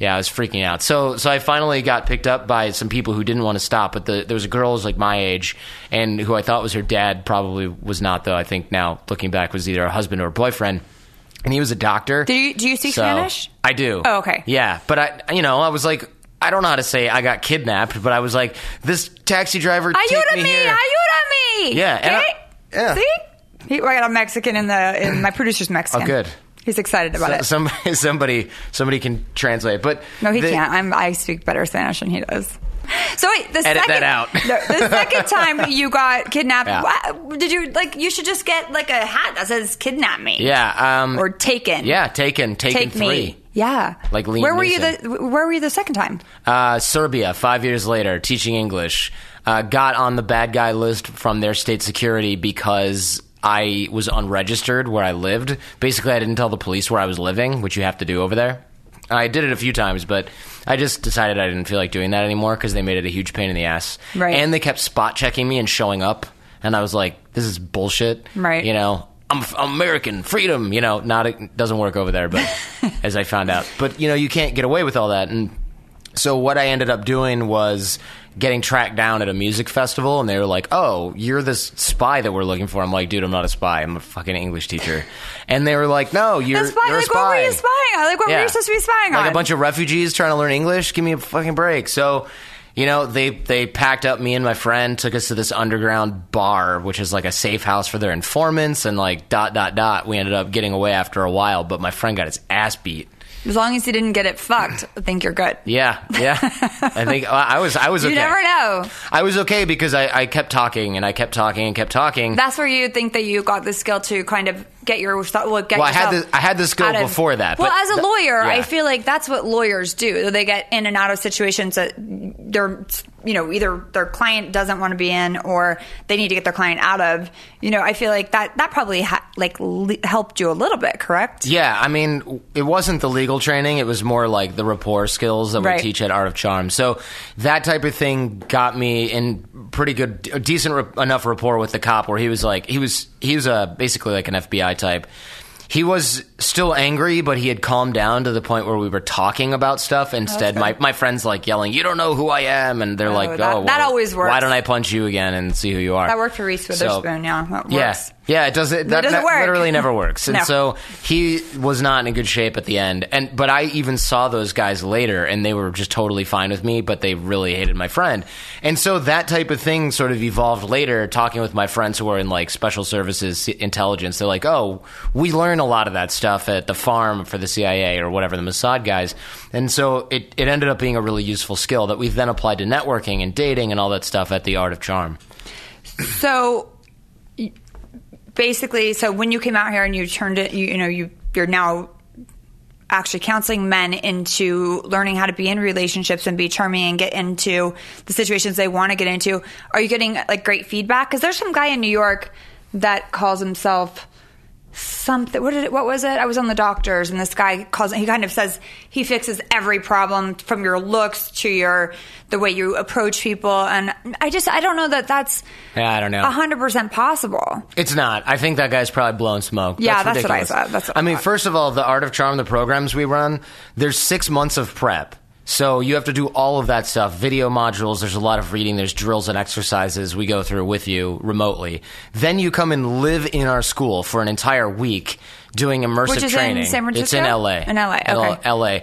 [SPEAKER 6] Yeah, I was freaking out. So, so I finally got picked up by some people who didn't want to stop. But the, there was a girl who was like my age, and who I thought was her dad, probably was not though. I think now looking back was either a husband or a boyfriend, and he was a doctor.
[SPEAKER 2] Do you- do you speak
[SPEAKER 6] So-
[SPEAKER 2] Spanish?
[SPEAKER 6] I do.
[SPEAKER 2] Oh, okay.
[SPEAKER 6] Yeah, but I, you know, I was like, I don't know how to say I got kidnapped, but I was like, this taxi driver. take
[SPEAKER 2] Ayúdame,
[SPEAKER 6] me here.
[SPEAKER 2] ayúdame.
[SPEAKER 6] Yeah, and I-
[SPEAKER 2] Okay?
[SPEAKER 6] yeah.
[SPEAKER 2] See? He, I got a Mexican in the, in my producer's Mexican.
[SPEAKER 6] Oh, good.
[SPEAKER 2] He's excited about
[SPEAKER 6] So-
[SPEAKER 2] it.
[SPEAKER 6] Some, somebody, [laughs] somebody can translate, but
[SPEAKER 2] No, he
[SPEAKER 6] the-
[SPEAKER 2] can't. I'm, I speak better Spanish than he does. So wait, the
[SPEAKER 6] Edit
[SPEAKER 2] second,
[SPEAKER 6] that out.
[SPEAKER 2] No,
[SPEAKER 6] [laughs]
[SPEAKER 2] the second time you got kidnapped,
[SPEAKER 6] Yeah.
[SPEAKER 2] wha- did you like? You should just get like a hat that says "kidnap me."
[SPEAKER 6] Yeah. Um,
[SPEAKER 2] or taken.
[SPEAKER 6] yeah, taken, taken
[SPEAKER 2] take
[SPEAKER 6] three.
[SPEAKER 2] me. Yeah,
[SPEAKER 6] Like Liam
[SPEAKER 2] where were you?
[SPEAKER 6] Neeson.
[SPEAKER 2] The where were you the second time?
[SPEAKER 6] Uh, Serbia, five years later, teaching English, uh, got on the bad guy list from their state security because I was unregistered where I lived. Basically, I didn't tell the police where I was living, which you have to do over there. I did it a few times, but I just decided I didn't feel like doing that anymore because they made it a huge pain in the ass.
[SPEAKER 2] Right.
[SPEAKER 6] And they kept spot checking me and showing up, and I was like, "This is bullshit."
[SPEAKER 2] Right.
[SPEAKER 6] You know, I'm, f- I'm American, freedom. You know, not it doesn't work over
[SPEAKER 2] [laughs]
[SPEAKER 6] there, but as I found out, but you know, you can't get away with all that. And so what I ended up doing was getting tracked down at a music festival, and they were like, "Oh, you're this spy that we're looking for." I'm like, "Dude, I'm not a spy. I'm a fucking English teacher." And they were like, "No, you're,
[SPEAKER 2] That's fine.
[SPEAKER 6] you're a
[SPEAKER 2] Like,
[SPEAKER 6] spy."
[SPEAKER 2] what were you spying on? Like, what were you supposed to be spying
[SPEAKER 6] like
[SPEAKER 2] on?
[SPEAKER 6] a bunch of refugees trying to learn English. Give me a fucking break. So, you know, they they packed up me and my friend, took us to this underground bar, which is like a safe house for their informants, and like dot dot dot. We ended up getting away after a while, but my friend got his ass beat.
[SPEAKER 2] As long as you didn't get it fucked, I think you're good.
[SPEAKER 6] Yeah,
[SPEAKER 2] [laughs]
[SPEAKER 6] yeah. I think I I was I was
[SPEAKER 2] You
[SPEAKER 6] okay.
[SPEAKER 2] never know.
[SPEAKER 6] I was okay because I, I kept talking and I kept talking and kept talking.
[SPEAKER 2] That's where you think that you got the skill to kind of get your well, get
[SPEAKER 6] Well, I had
[SPEAKER 2] yourself
[SPEAKER 6] the- I had the skill
[SPEAKER 2] out of-
[SPEAKER 6] before that,
[SPEAKER 2] Well,
[SPEAKER 6] but
[SPEAKER 2] as a
[SPEAKER 6] th-
[SPEAKER 2] lawyer, I
[SPEAKER 6] yeah.
[SPEAKER 2] feel like that's what lawyers do. They get in and out of situations that they're you know either their client doesn't want to be in or they need to get their client out of. You know, I feel like that that probably ha- like le- helped you a little bit, correct?
[SPEAKER 6] Yeah, I mean, it wasn't the legal training. It was more like the rapport skills that
[SPEAKER 2] Right.
[SPEAKER 6] we teach at Art of Charm. So that type of thing got me in pretty good, decent rap- enough rapport with the cop where he was like, he was, he was uh, basically like an FBI type. He was still angry, but he had calmed down to the point where we were talking about stuff.
[SPEAKER 2] Oh,
[SPEAKER 6] Instead, my, my friend's like yelling, You don't know who I am. And they're like,
[SPEAKER 2] that-
[SPEAKER 6] Oh,
[SPEAKER 2] that
[SPEAKER 6] well,
[SPEAKER 2] always works.
[SPEAKER 6] Why don't I punch you again and see who you are?
[SPEAKER 2] That worked for Reese
[SPEAKER 6] So-
[SPEAKER 2] Witherspoon. yeah, that works.
[SPEAKER 6] Yes. Yeah, it doesn't. That,
[SPEAKER 2] doesn't
[SPEAKER 6] that
[SPEAKER 2] work.
[SPEAKER 6] literally never works.
[SPEAKER 2] [laughs]
[SPEAKER 6] And
[SPEAKER 2] No.
[SPEAKER 6] so he was not in good shape at the end. And but I even saw those guys later, and they were just totally fine with me, but they really hated my friend. And so that type of thing sort of evolved later. Talking with my friends who were in like special services intelligence, they're like, "Oh, we learn a lot of that stuff at the farm for the CIA or whatever the Mossad guys." And so it it ended up being a really useful skill that we've then applied to networking and dating and all that stuff at the Art of Charm.
[SPEAKER 2] So y- basically, so when you came out here and you turned it, you, you know, you you're now actually counseling men into learning how to be in relationships and be charming and get into the situations they want to get into. Are you getting like great feedback? Because there's some guy in New York that calls himself something. What did it, what was it? I was on the doctors, and this guy calls. He kind of says he fixes every problem from your looks to your the way you approach people. And I just I don't know that that's
[SPEAKER 6] Yeah, I don't know.
[SPEAKER 2] a hundred percent possible.
[SPEAKER 6] It's not. I think that guy's probably blowing smoke.
[SPEAKER 2] Yeah,
[SPEAKER 6] that's,
[SPEAKER 2] that's what I
[SPEAKER 6] ridiculous.
[SPEAKER 2] thought. That's what
[SPEAKER 6] I
[SPEAKER 2] I
[SPEAKER 6] mean,
[SPEAKER 2] thought.
[SPEAKER 6] first of all, the Art of Charm, the programs we run, there's six months of prep. So you have to do all of that stuff. Video modules. There's a lot of reading. There's drills and exercises we go through with you remotely. Then you come and live in our school for an entire week doing immersive
[SPEAKER 2] Which is in
[SPEAKER 6] training.
[SPEAKER 2] San
[SPEAKER 6] It's in
[SPEAKER 2] Francisco?
[SPEAKER 6] LA.
[SPEAKER 2] In LA, okay.
[SPEAKER 6] LA.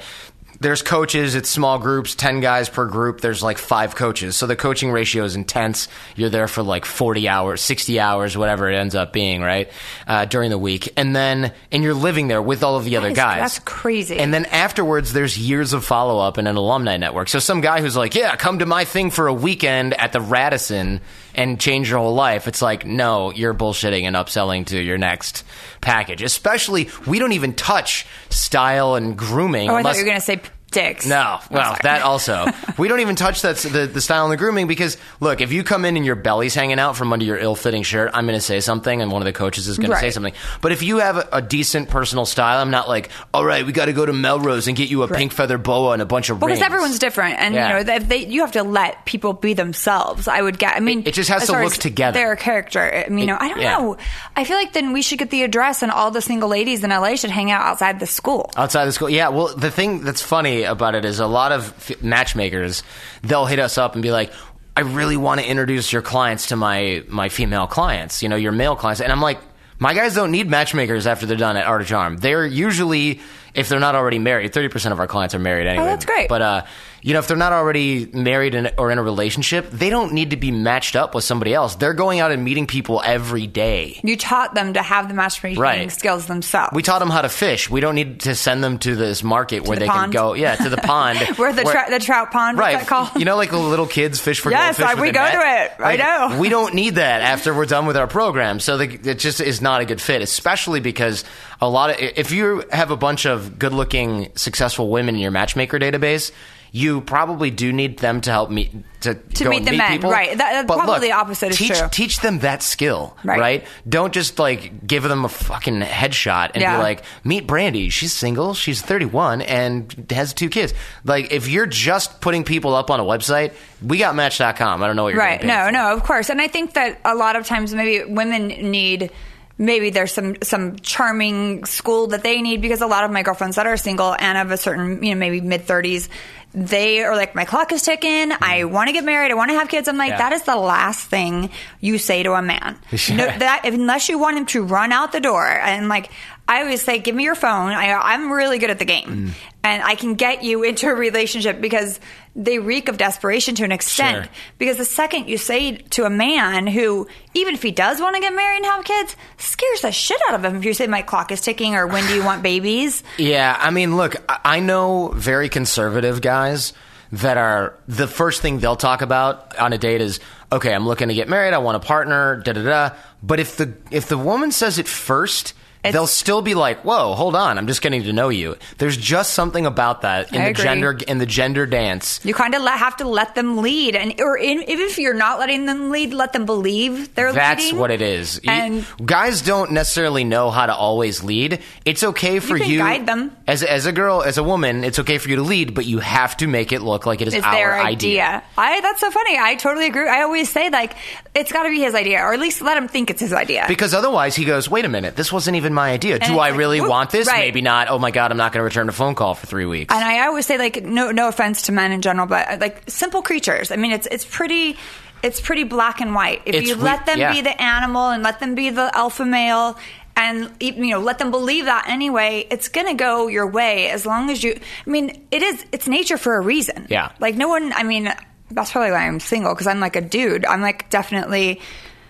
[SPEAKER 6] there's coaches, it's small groups, 10 guys per group, there's like five coaches. So the coaching ratio is intense. You're there for like 40 hours, 60 hours, whatever it ends up being, right? Uh, during the week. And then, and you're living there with all of the other
[SPEAKER 2] is-
[SPEAKER 6] guys.
[SPEAKER 2] that's crazy.
[SPEAKER 6] And then afterwards, there's years of follow up and an alumni network. So some guy who's like, yeah, come to my thing for a weekend at the Radisson and change your whole life. It's like, no, you're bullshitting and upselling to your next package. Especially, we don't even touch style and grooming.
[SPEAKER 2] Oh, I
[SPEAKER 6] unless-
[SPEAKER 2] thought you were going to say p- dicks.
[SPEAKER 6] no,
[SPEAKER 2] I'm
[SPEAKER 6] well,
[SPEAKER 2] sorry. [laughs]
[SPEAKER 6] that also. We don't even touch that the, the style and the grooming because look, if you come in and your belly's hanging out from under your ill-fitting shirt, I'm going to say something, and one of the coaches is going to say
[SPEAKER 2] Right.
[SPEAKER 6] something. But if you have a, a decent personal style, I'm not like, all right, we got to go to Melrose and get you a pink feather boa and a bunch of
[SPEAKER 2] Well,
[SPEAKER 6] rings.
[SPEAKER 2] because everyone's different, and
[SPEAKER 6] Yeah.
[SPEAKER 2] you know, if they, you have to let people be themselves. I would get. I mean,
[SPEAKER 6] It- it just has
[SPEAKER 2] as
[SPEAKER 6] to
[SPEAKER 2] far
[SPEAKER 6] look
[SPEAKER 2] as
[SPEAKER 6] together.
[SPEAKER 2] Their character. I mean, you know, I don't
[SPEAKER 6] yeah.
[SPEAKER 2] know. I feel like then we should get the address, and all the single ladies in LA should hang out outside the school.
[SPEAKER 6] Outside the school, yeah. Well, the thing that's funny about it is a lot of f- matchmakers they'll hit us up and be like, "I really want to introduce your clients to my my female clients, you know, your male clients," and I'm like, "My guys don't need matchmakers after they're done at Art of Charm. They're usually if they're not already married. Thirty percent of our clients are married anyway.
[SPEAKER 2] Oh, that's great.
[SPEAKER 6] But uh, you know, if they're not already married in, or in a relationship, they don't need to be matched up with somebody else. They're going out and meeting people every day.
[SPEAKER 2] You taught them to have the matchmaking
[SPEAKER 6] Right.
[SPEAKER 2] skills themselves.
[SPEAKER 6] We taught them how to fish. We don't need to send them to this market where
[SPEAKER 2] the
[SPEAKER 6] they
[SPEAKER 2] pond.
[SPEAKER 6] can go.
[SPEAKER 2] [laughs]
[SPEAKER 6] Yeah, to the pond.
[SPEAKER 2] Where the tra- the trout pond, what's
[SPEAKER 6] Right.
[SPEAKER 2] that called?
[SPEAKER 6] You know, like the little kids fish for
[SPEAKER 2] [laughs] Yes,
[SPEAKER 6] goldfish.
[SPEAKER 2] I- we
[SPEAKER 6] with a
[SPEAKER 2] go
[SPEAKER 6] net?
[SPEAKER 2] to it. I
[SPEAKER 6] Like,
[SPEAKER 2] know.
[SPEAKER 6] We don't
[SPEAKER 2] [laughs]
[SPEAKER 6] need that after we're done with our program. So the, it just is not a good fit, especially because a lot of if you have a bunch of good-looking, successful women in your matchmaker database. You probably do need them to help meet to, to
[SPEAKER 2] meet the men,
[SPEAKER 6] people.
[SPEAKER 2] right. That- that's
[SPEAKER 6] But
[SPEAKER 2] probably
[SPEAKER 6] look,
[SPEAKER 2] the opposite is
[SPEAKER 6] teach,
[SPEAKER 2] true.
[SPEAKER 6] Teach them that skill,
[SPEAKER 2] Right.
[SPEAKER 6] right? Don't just like give them a fucking headshot and
[SPEAKER 2] Yeah.
[SPEAKER 6] be like, meet Brandy. She's single. She's 31 and has two kids. Like, if you're just putting people up on a website, we got Match.com. I don't know what you're
[SPEAKER 2] right
[SPEAKER 6] getting paid
[SPEAKER 2] no
[SPEAKER 6] for.
[SPEAKER 2] no of course and i think that a lot of times maybe women need maybe there's some some charming school that they need because a lot of my girlfriends that are single and of a certain you know maybe mid 30s they are like my clock is ticking i want to get married i want to have kids i'm like
[SPEAKER 6] Yeah.
[SPEAKER 2] that is the last thing you say to a man no, that unless you want him to run out the door and like I always say, give me your phone. I, I'm really good at the game,
[SPEAKER 6] Mm.
[SPEAKER 2] and I can get you into a relationship because they reek of desperation to an extent.
[SPEAKER 6] Sure.
[SPEAKER 2] Because the second you say to a man who, even if he does want to get married and have kids, scares the shit out of him if you say, my clock is ticking or when do you want babies?
[SPEAKER 6] Yeah, I mean, look, I I know very conservative guys that are the first thing they'll talk about on a date is, okay, I'm looking to get married, I want a partner, da da da. But if the if the woman says it first, they'll still be like, whoa, hold on, I'm just getting to know you. There's just something about that in
[SPEAKER 2] I
[SPEAKER 6] the
[SPEAKER 2] agree.
[SPEAKER 6] gender in the gender dance.
[SPEAKER 2] You kind of let, have to let them lead. And or in, even if you're not letting them lead, let them believe they're
[SPEAKER 6] That's
[SPEAKER 2] leading.
[SPEAKER 6] what it is. You-
[SPEAKER 2] And
[SPEAKER 6] guys don't necessarily know how to always lead. It's okay for
[SPEAKER 2] can
[SPEAKER 6] you
[SPEAKER 2] guide them.
[SPEAKER 6] as as a girl, as a woman. It's okay for you to lead, but you have to make it look like it is
[SPEAKER 2] it's
[SPEAKER 6] our
[SPEAKER 2] their idea.
[SPEAKER 6] idea.
[SPEAKER 2] I That's so funny. I totally agree. I always say, like, it's got to be his idea, or at least let him think it's his idea.
[SPEAKER 6] Because otherwise, he goes, wait a minute, this wasn't even my idea.
[SPEAKER 2] it's
[SPEAKER 6] Do I
[SPEAKER 2] like,
[SPEAKER 6] really
[SPEAKER 2] whoop,
[SPEAKER 6] want this?
[SPEAKER 2] right.
[SPEAKER 6] Maybe not. Oh my God, I'm not going to return a phone call for three weeks.
[SPEAKER 2] And I always say, like, no, no offense to men in general, but uh, like simple creatures. I mean, it's it's pretty, it's pretty black and white. If
[SPEAKER 6] It's
[SPEAKER 2] you
[SPEAKER 6] re-
[SPEAKER 2] let them
[SPEAKER 6] yeah.
[SPEAKER 2] be the animal and let them be the alpha male, and e- you know, let them believe that anyway, it's gonna go your way as long as you. I mean, it is it's nature for a reason.
[SPEAKER 6] Yeah.
[SPEAKER 2] like no one. I mean, that's probably why I'm single because I'm like a dude. I'm like definitely.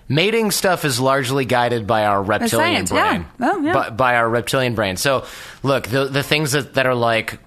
[SPEAKER 6] Mating stuff is largely guided by our reptilian
[SPEAKER 2] science,
[SPEAKER 6] brain.
[SPEAKER 2] yeah. Oh, yeah.
[SPEAKER 6] By, by our reptilian brain. So, look, the, the things that, that are like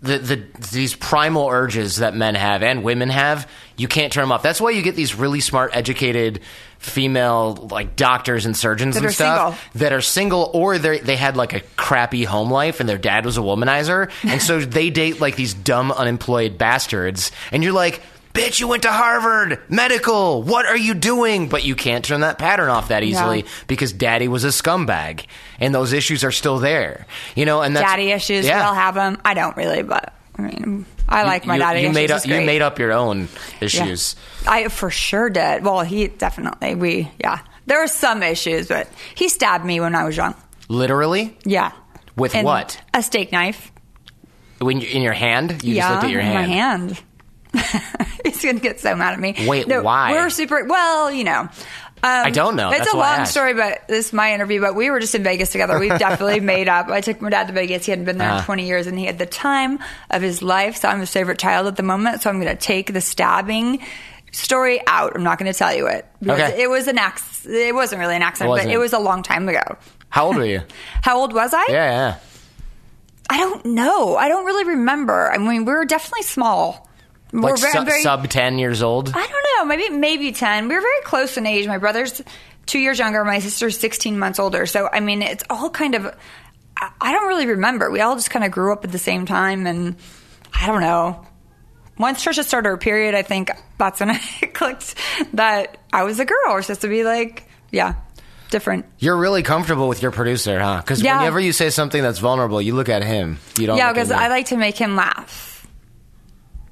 [SPEAKER 6] the, the these primal urges that men have and women have, you can't turn them off. That's why you get these really smart, educated female like doctors and surgeons
[SPEAKER 2] That
[SPEAKER 6] and
[SPEAKER 2] are
[SPEAKER 6] stuff that are single or they they had like a crappy home life and their dad was a womanizer
[SPEAKER 2] [laughs]
[SPEAKER 6] and so they date like these dumb unemployed bastards and you're like bitch you went to harvard medical what are you doing but you can't turn that pattern off that easily
[SPEAKER 2] Yeah.
[SPEAKER 6] because daddy was a scumbag and those issues are still there you know and that's
[SPEAKER 2] daddy issues.
[SPEAKER 6] yeah.
[SPEAKER 2] I'll have them. I don't really, but I mean, I like my
[SPEAKER 6] you,
[SPEAKER 2] daddy
[SPEAKER 6] you
[SPEAKER 2] issues.
[SPEAKER 6] made
[SPEAKER 2] It's
[SPEAKER 6] up you
[SPEAKER 2] great.
[SPEAKER 6] made up your own
[SPEAKER 2] Yeah.
[SPEAKER 6] issues
[SPEAKER 2] I for sure did. Well, he definitely we yeah. There were some issues, but he stabbed me when I was young.
[SPEAKER 6] literally
[SPEAKER 2] Yeah.
[SPEAKER 6] With
[SPEAKER 2] And
[SPEAKER 6] what?
[SPEAKER 2] A steak knife.
[SPEAKER 6] when you, in your hand you
[SPEAKER 2] yeah.
[SPEAKER 6] just looked at your hand
[SPEAKER 2] My hand. [laughs] He's gonna get so mad at me.
[SPEAKER 6] Wait, why?
[SPEAKER 2] We're super. Well, you know, Um,
[SPEAKER 6] I don't know.
[SPEAKER 2] It's
[SPEAKER 6] That's
[SPEAKER 2] a
[SPEAKER 6] why I
[SPEAKER 2] long
[SPEAKER 6] asked.
[SPEAKER 2] story, but this is my interview. But we were just in Vegas together.
[SPEAKER 6] [laughs]
[SPEAKER 2] We've definitely made up. I took my dad to Vegas. He hadn't been there
[SPEAKER 6] Uh.
[SPEAKER 2] in 20 years, and he had the time of his life. So I'm his favorite child at the moment. So I'm going to take the stabbing story out. I'm not going to tell you it. because
[SPEAKER 6] Okay.
[SPEAKER 2] It was an ax. It wasn't really an accident,
[SPEAKER 6] Wasn't.
[SPEAKER 2] but it was a long time ago.
[SPEAKER 6] How old
[SPEAKER 2] [laughs]
[SPEAKER 6] were you?
[SPEAKER 2] How old was I?
[SPEAKER 6] Yeah, yeah.
[SPEAKER 2] I don't know. I don't really remember. I mean, we were definitely small. We
[SPEAKER 6] Like
[SPEAKER 2] were ve-
[SPEAKER 6] su-
[SPEAKER 2] very-
[SPEAKER 6] sub ten years old.
[SPEAKER 2] I don't know. Maybe maybe ten. We were very close in age. My brother's two years younger. My sister's sixteen months older. So I mean, it's all kind of. I- I don't really remember. We all just kind of grew up at the same time, and I don't know. Once Trisha started her period, I think that's when [laughs] I clicked that I was a girl. We're supposed to be like, yeah, different.
[SPEAKER 6] You're really comfortable with your producer, huh? Because
[SPEAKER 2] Yeah.
[SPEAKER 6] whenever you say something that's vulnerable, you look at him. You don't.
[SPEAKER 2] yeah,
[SPEAKER 6] look at
[SPEAKER 2] because
[SPEAKER 6] me.
[SPEAKER 2] I like to make him laugh,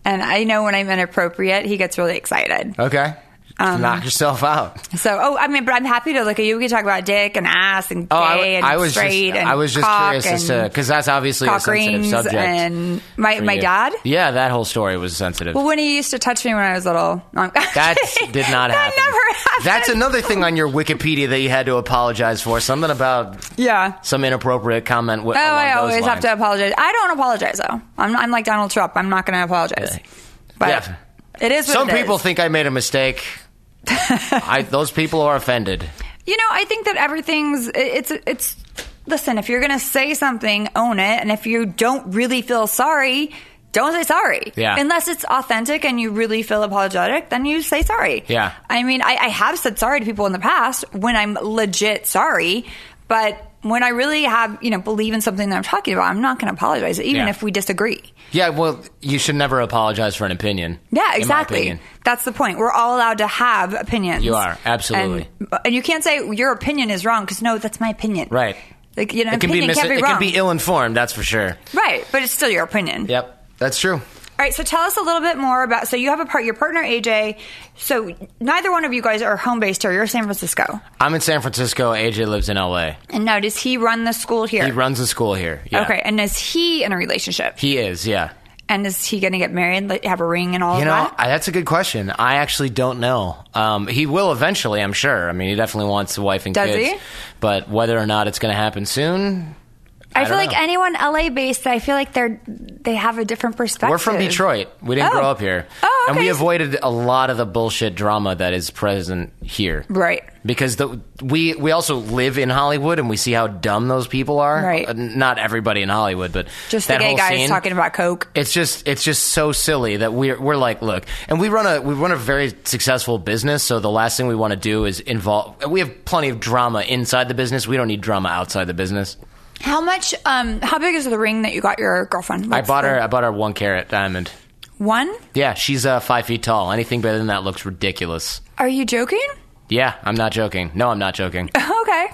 [SPEAKER 2] and I know when I'm inappropriate, he gets really excited.
[SPEAKER 6] Okay.
[SPEAKER 2] um,
[SPEAKER 6] Knock yourself out.
[SPEAKER 2] So, oh, I mean, but I'm happy to look at you. We can talk about dick and ass and gay
[SPEAKER 6] Oh, I,
[SPEAKER 2] and
[SPEAKER 6] I was just,
[SPEAKER 2] straight and
[SPEAKER 6] I was just
[SPEAKER 2] cock
[SPEAKER 6] curious as to
[SPEAKER 2] and
[SPEAKER 6] because that's obviously a
[SPEAKER 2] cock
[SPEAKER 6] sensitive
[SPEAKER 2] rings
[SPEAKER 6] subject.
[SPEAKER 2] and my
[SPEAKER 6] for
[SPEAKER 2] my
[SPEAKER 6] you.
[SPEAKER 2] dad.
[SPEAKER 6] Yeah, that whole story was sensitive.
[SPEAKER 2] Well, [laughs] when he used to touch me when I was little, No, [laughs] I'm-
[SPEAKER 6] that did not
[SPEAKER 2] that
[SPEAKER 6] happen.
[SPEAKER 2] never happened.
[SPEAKER 6] That's another thing on your Wikipedia that you had to apologize for. Something about
[SPEAKER 2] [laughs] yeah.
[SPEAKER 6] some inappropriate comment. Oh,
[SPEAKER 2] Oh, I always have to apologize. I don't apologize though. I'm not, I'm like Donald Trump. I'm not going to apologize. But
[SPEAKER 6] Yeah.
[SPEAKER 2] it is what
[SPEAKER 6] Some
[SPEAKER 2] it
[SPEAKER 6] people
[SPEAKER 2] is.
[SPEAKER 6] think I made
[SPEAKER 2] [laughs]
[SPEAKER 6] a mistake. I, those people are offended.
[SPEAKER 2] You know, I think that everything's it- it's it's listen, if you're going to say something, own it, and if you don't really feel sorry, don't say sorry.
[SPEAKER 6] Yeah.
[SPEAKER 2] Unless it's authentic and you really feel apologetic, then you say sorry.
[SPEAKER 6] Yeah.
[SPEAKER 2] I mean, I, I have said sorry to people in the past when I'm legit sorry, but when I really have, you know, believe in something that I'm talking about, I'm not going to apologize, even
[SPEAKER 6] Yeah.
[SPEAKER 2] if we disagree.
[SPEAKER 6] Yeah, well, you should never apologize for an opinion. in
[SPEAKER 2] Yeah,
[SPEAKER 6] my
[SPEAKER 2] exactly.
[SPEAKER 6] opinion.
[SPEAKER 2] That's the point. We're all allowed to have opinions.
[SPEAKER 6] You are, absolutely.
[SPEAKER 2] And, and you can't say your opinion is wrong because no, that's my opinion.
[SPEAKER 6] Right.
[SPEAKER 2] Like you know,
[SPEAKER 6] It can be
[SPEAKER 2] opinion
[SPEAKER 6] mis-
[SPEAKER 2] can't be
[SPEAKER 6] it
[SPEAKER 2] wrong.
[SPEAKER 6] can be ill-informed. That's for sure.
[SPEAKER 2] right, but it's still your opinion.
[SPEAKER 6] Yep, that's true.
[SPEAKER 2] All right. So tell us a little bit more about. So you have a part. Your partner AJ. So neither one of you guys are home based here. You're San Francisco.
[SPEAKER 6] I'm in San Francisco. AJ lives in LA.
[SPEAKER 2] And now, does he run the school here?
[SPEAKER 6] He runs a school here. Yeah.
[SPEAKER 2] Okay. And is he in a relationship?
[SPEAKER 6] He is. Yeah.
[SPEAKER 2] and is he going to get married? Like, have a ring and all
[SPEAKER 6] You
[SPEAKER 2] of
[SPEAKER 6] know,
[SPEAKER 2] that?
[SPEAKER 6] I, that's a good question. I actually don't know. Um, he will eventually, I'm sure. I mean, he definitely wants a wife and
[SPEAKER 2] Does
[SPEAKER 6] kids.
[SPEAKER 2] he?
[SPEAKER 6] But whether or not it's going to happen soon,
[SPEAKER 2] I,
[SPEAKER 6] I
[SPEAKER 2] feel
[SPEAKER 6] don't
[SPEAKER 2] like
[SPEAKER 6] know.
[SPEAKER 2] anyone LA based, I feel like they're they have a different perspective.
[SPEAKER 6] we're from Detroit. We didn't
[SPEAKER 2] Oh.
[SPEAKER 6] grow up here,
[SPEAKER 2] Oh,
[SPEAKER 6] and we
[SPEAKER 2] okay.
[SPEAKER 6] avoided a lot of the bullshit drama that is present here.
[SPEAKER 2] Right.
[SPEAKER 6] because the, we we also live in Hollywood and we see how dumb those people are.
[SPEAKER 2] Right.
[SPEAKER 6] Uh, Not everybody in Hollywood, but
[SPEAKER 2] Just the
[SPEAKER 6] that
[SPEAKER 2] gay
[SPEAKER 6] whole
[SPEAKER 2] guys
[SPEAKER 6] scene.
[SPEAKER 2] talking about coke.
[SPEAKER 6] It's just it's just so silly that we're we're like look, and we run a we run a very successful business. So the last thing we want to do is involve. We have plenty of drama inside the business. We don't need drama outside the business.
[SPEAKER 2] How much? Um, how big is the ring that you got your girlfriend?
[SPEAKER 6] I
[SPEAKER 2] What's
[SPEAKER 6] bought
[SPEAKER 2] the-
[SPEAKER 6] her I bought her one carat diamond.
[SPEAKER 2] one.
[SPEAKER 6] Yeah, she's uh, five feet tall. Anything better than that looks ridiculous.
[SPEAKER 2] Are you joking? [laughs]
[SPEAKER 6] Yeah, I'm not joking. No, I'm not joking.
[SPEAKER 2] Okay.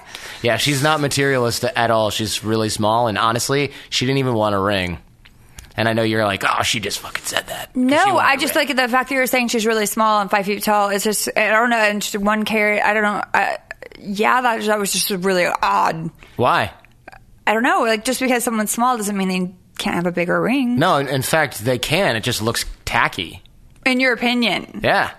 [SPEAKER 6] Yeah, she's not materialist at all. She's really small, and honestly, she didn't even want a ring. And I know you're like, oh, she just fucking said that. 'Cause she
[SPEAKER 2] No,
[SPEAKER 6] wanted
[SPEAKER 2] I
[SPEAKER 6] a
[SPEAKER 2] just
[SPEAKER 6] ring.
[SPEAKER 2] like the fact that you were saying she's really small and five feet tall. It's just I don't know. And just one carat. I don't know. Uh, yeah, that that was just really odd.
[SPEAKER 6] why?
[SPEAKER 2] I don't know. Like just because someone's small doesn't mean they can't have a bigger ring.
[SPEAKER 6] No, in- in fact, they can. It just looks tacky.
[SPEAKER 2] In your opinion,
[SPEAKER 6] Yeah,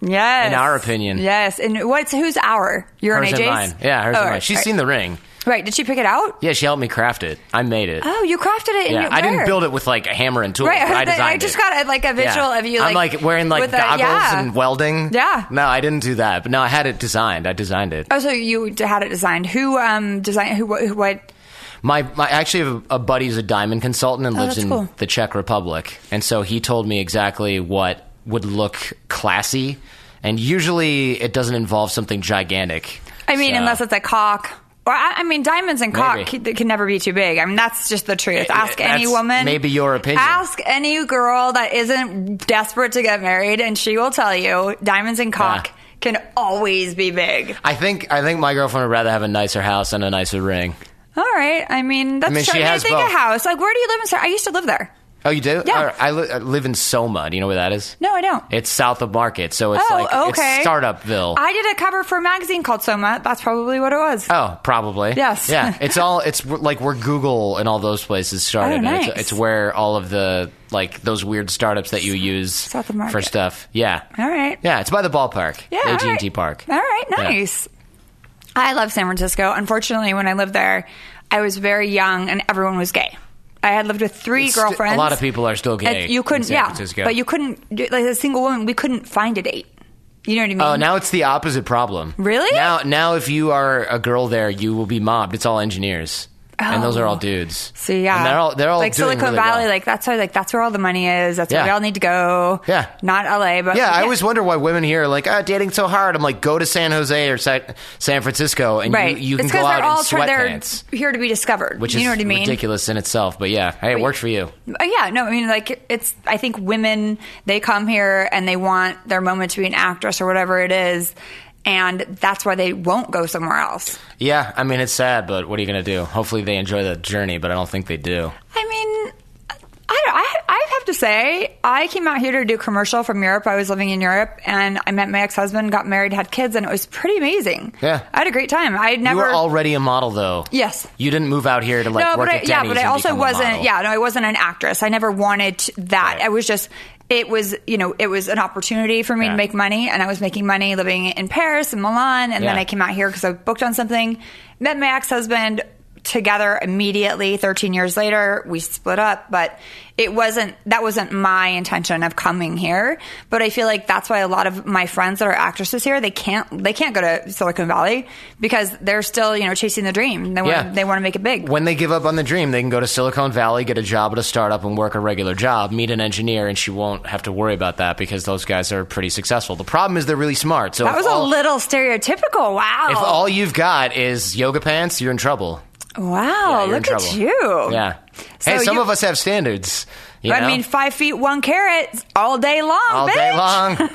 [SPEAKER 2] yes.
[SPEAKER 6] In our opinion.
[SPEAKER 2] yes. And what's who's our? Your
[SPEAKER 6] hers
[SPEAKER 2] and
[SPEAKER 6] and
[SPEAKER 2] AJ's?
[SPEAKER 6] mine. Yeah, hers
[SPEAKER 2] Oh,
[SPEAKER 6] and mine.
[SPEAKER 2] right,
[SPEAKER 6] She's
[SPEAKER 2] right.
[SPEAKER 6] seen the ring.
[SPEAKER 2] Right. Did she pick it out?
[SPEAKER 6] Yeah, she helped me craft it. I made it.
[SPEAKER 2] Oh, you crafted it. in
[SPEAKER 6] yeah,
[SPEAKER 2] your,
[SPEAKER 6] I didn't
[SPEAKER 2] where?
[SPEAKER 6] build it with like a hammer and tools.
[SPEAKER 2] Right, I,
[SPEAKER 6] but I
[SPEAKER 2] heard that-
[SPEAKER 6] designed
[SPEAKER 2] I just
[SPEAKER 6] it.
[SPEAKER 2] got a, like a visual
[SPEAKER 6] Yeah.
[SPEAKER 2] of you.
[SPEAKER 6] I'm
[SPEAKER 2] Like,
[SPEAKER 6] like wearing like
[SPEAKER 2] with a-
[SPEAKER 6] goggles
[SPEAKER 2] yeah.
[SPEAKER 6] and welding.
[SPEAKER 2] Yeah.
[SPEAKER 6] No, I didn't do that. But no, I had it designed. I designed it.
[SPEAKER 2] Oh, so you d- had it designed. Who um designed? Who what? Who, what?
[SPEAKER 6] My, my I actually have a, a buddy's a diamond consultant and lives
[SPEAKER 2] Oh, that's
[SPEAKER 6] in
[SPEAKER 2] cool.
[SPEAKER 6] the Czech Republic, and so he told me exactly what would look classy, and usually it doesn't involve something gigantic.
[SPEAKER 2] I mean,
[SPEAKER 6] So-
[SPEAKER 2] unless it's a cock. Or I, I mean, diamonds and cock
[SPEAKER 6] Maybe.
[SPEAKER 2] can, can never be too big. I mean, that's just the truth.
[SPEAKER 6] Eh,
[SPEAKER 2] Ask any
[SPEAKER 6] that's
[SPEAKER 2] woman.
[SPEAKER 6] maybe your opinion.
[SPEAKER 2] Ask any girl that isn't desperate to get married, and she will tell you diamonds and cock
[SPEAKER 6] Yeah.
[SPEAKER 2] can always be big.
[SPEAKER 6] I think I think my girlfriend would rather have a nicer house and a nicer ring.
[SPEAKER 2] All right. I mean, that's
[SPEAKER 6] mean,
[SPEAKER 2] true.
[SPEAKER 6] she
[SPEAKER 2] I mean, I
[SPEAKER 6] has
[SPEAKER 2] think
[SPEAKER 6] both.
[SPEAKER 2] a house. Like, where do you live in? Sar- I used to live there.
[SPEAKER 6] Oh, you do?
[SPEAKER 2] Yeah.
[SPEAKER 6] All right. I, li- I live in Soma. Do you know where that is?
[SPEAKER 2] No, I don't.
[SPEAKER 6] It's south of Market, so it's
[SPEAKER 2] oh,
[SPEAKER 6] like
[SPEAKER 2] okay.
[SPEAKER 6] it's Startupville.
[SPEAKER 2] I did a cover for a magazine called Soma. That's probably what it was.
[SPEAKER 6] Oh, probably.
[SPEAKER 2] Yes.
[SPEAKER 6] Yeah.
[SPEAKER 2] [laughs]
[SPEAKER 6] It's all. It's w- like where Google and all those places started.
[SPEAKER 2] Oh,
[SPEAKER 6] and
[SPEAKER 2] nice.
[SPEAKER 6] it's, it's where all of the like those weird startups that you use
[SPEAKER 2] South of Market.
[SPEAKER 6] for stuff. Yeah.
[SPEAKER 2] All right.
[SPEAKER 6] Yeah. It's by the ballpark.
[SPEAKER 2] Yeah, all
[SPEAKER 6] AT and T
[SPEAKER 2] right.
[SPEAKER 6] Park.
[SPEAKER 2] All right,
[SPEAKER 6] Yeah.
[SPEAKER 2] nice. I love San Francisco. Unfortunately, when I lived there, I was very young and everyone was gay. I had lived with three
[SPEAKER 6] It's sti-
[SPEAKER 2] girlfriends.
[SPEAKER 6] a lot of people are still
[SPEAKER 2] And
[SPEAKER 6] gay.
[SPEAKER 2] you couldn't,
[SPEAKER 6] in San
[SPEAKER 2] yeah,
[SPEAKER 6] Francisco.
[SPEAKER 2] but you couldn't. Like a single woman, we couldn't find a date. You know what I mean?
[SPEAKER 6] Oh, now it's the opposite problem.
[SPEAKER 2] Really?
[SPEAKER 6] Now, now if you are a girl there, you will be mobbed. It's all engineers, and those are all dudes.
[SPEAKER 2] So Oh. yeah,
[SPEAKER 6] and they're all they're all
[SPEAKER 2] like
[SPEAKER 6] doing
[SPEAKER 2] Silicon
[SPEAKER 6] really
[SPEAKER 2] Valley.
[SPEAKER 6] well.
[SPEAKER 2] Like that's why, like that's where all the money is. That's where
[SPEAKER 6] Yeah.
[SPEAKER 2] we all need to go.
[SPEAKER 6] Yeah.
[SPEAKER 2] not LA, but
[SPEAKER 6] Yeah, I always wonder why women here are like, ah, dating so hard. I'm like, go to San Jose or Sa- San Francisco, and
[SPEAKER 2] right.
[SPEAKER 6] you, you can
[SPEAKER 2] It's
[SPEAKER 6] go
[SPEAKER 2] they're
[SPEAKER 6] out
[SPEAKER 2] all
[SPEAKER 6] in
[SPEAKER 2] try- they're
[SPEAKER 6] sweatpants,
[SPEAKER 2] here to be discovered.
[SPEAKER 6] which
[SPEAKER 2] you
[SPEAKER 6] is
[SPEAKER 2] know what I mean?
[SPEAKER 6] ridiculous in itself. But yeah, hey, it worked for you.
[SPEAKER 2] Uh, yeah, no, I mean, like, it's, I think women, they come here and they want their moment to be an actress or whatever it is. And that's why they won't go somewhere else.
[SPEAKER 6] Yeah, I mean, it's sad, but what are you gonna do? Hopefully, they enjoy the journey, but I don't think they do.
[SPEAKER 2] I mean, I, I, I have to say, I came out here to do a commercial from Europe. I was living in Europe and I met my ex husband, got married, had kids, and it was pretty amazing.
[SPEAKER 6] Yeah.
[SPEAKER 2] I had a great time. I had
[SPEAKER 6] You
[SPEAKER 2] never.
[SPEAKER 6] were already a model, though.
[SPEAKER 2] Yes.
[SPEAKER 6] you didn't move out here to like work
[SPEAKER 2] but
[SPEAKER 6] at
[SPEAKER 2] I, yeah,
[SPEAKER 6] Denny's
[SPEAKER 2] but I
[SPEAKER 6] and
[SPEAKER 2] also
[SPEAKER 6] become a
[SPEAKER 2] wasn't.
[SPEAKER 6] model.
[SPEAKER 2] Yeah, no, I wasn't an actress. I never wanted t- that.
[SPEAKER 6] Right.
[SPEAKER 2] I was just. It was, you know, it was an opportunity for me
[SPEAKER 6] Yeah.
[SPEAKER 2] to make money, and I was making money living in Paris and Milan, and then
[SPEAKER 6] Yeah.
[SPEAKER 2] I came out here because I booked on something. Met my ex husband together immediately. Thirteen years later, we split up, but it wasn't that wasn't my intention of coming here. But I feel like that's why a lot of my friends that are actresses here they can't they can't go to Silicon Valley because they're still you know chasing the dream. They want
[SPEAKER 6] Yeah.
[SPEAKER 2] they want to make it big.
[SPEAKER 6] when they give up on the dream, they can go to Silicon Valley, get a job at a startup, and work a regular job, meet an engineer, and she won't have to worry about that because those guys are pretty successful. The problem is they're really smart. So
[SPEAKER 2] That
[SPEAKER 6] if
[SPEAKER 2] was a
[SPEAKER 6] all,
[SPEAKER 2] little stereotypical. Wow.
[SPEAKER 6] If all you've got is yoga pants, you're in trouble.
[SPEAKER 2] wow. Oh,
[SPEAKER 6] you're in
[SPEAKER 2] look at
[SPEAKER 6] trouble.
[SPEAKER 2] you.
[SPEAKER 6] Yeah.
[SPEAKER 2] So
[SPEAKER 6] hey, some
[SPEAKER 2] you-
[SPEAKER 6] of us have standards. You
[SPEAKER 2] I
[SPEAKER 6] know?
[SPEAKER 2] mean, five feet, one carat all day long.
[SPEAKER 6] all day
[SPEAKER 2] bitch.
[SPEAKER 6] long.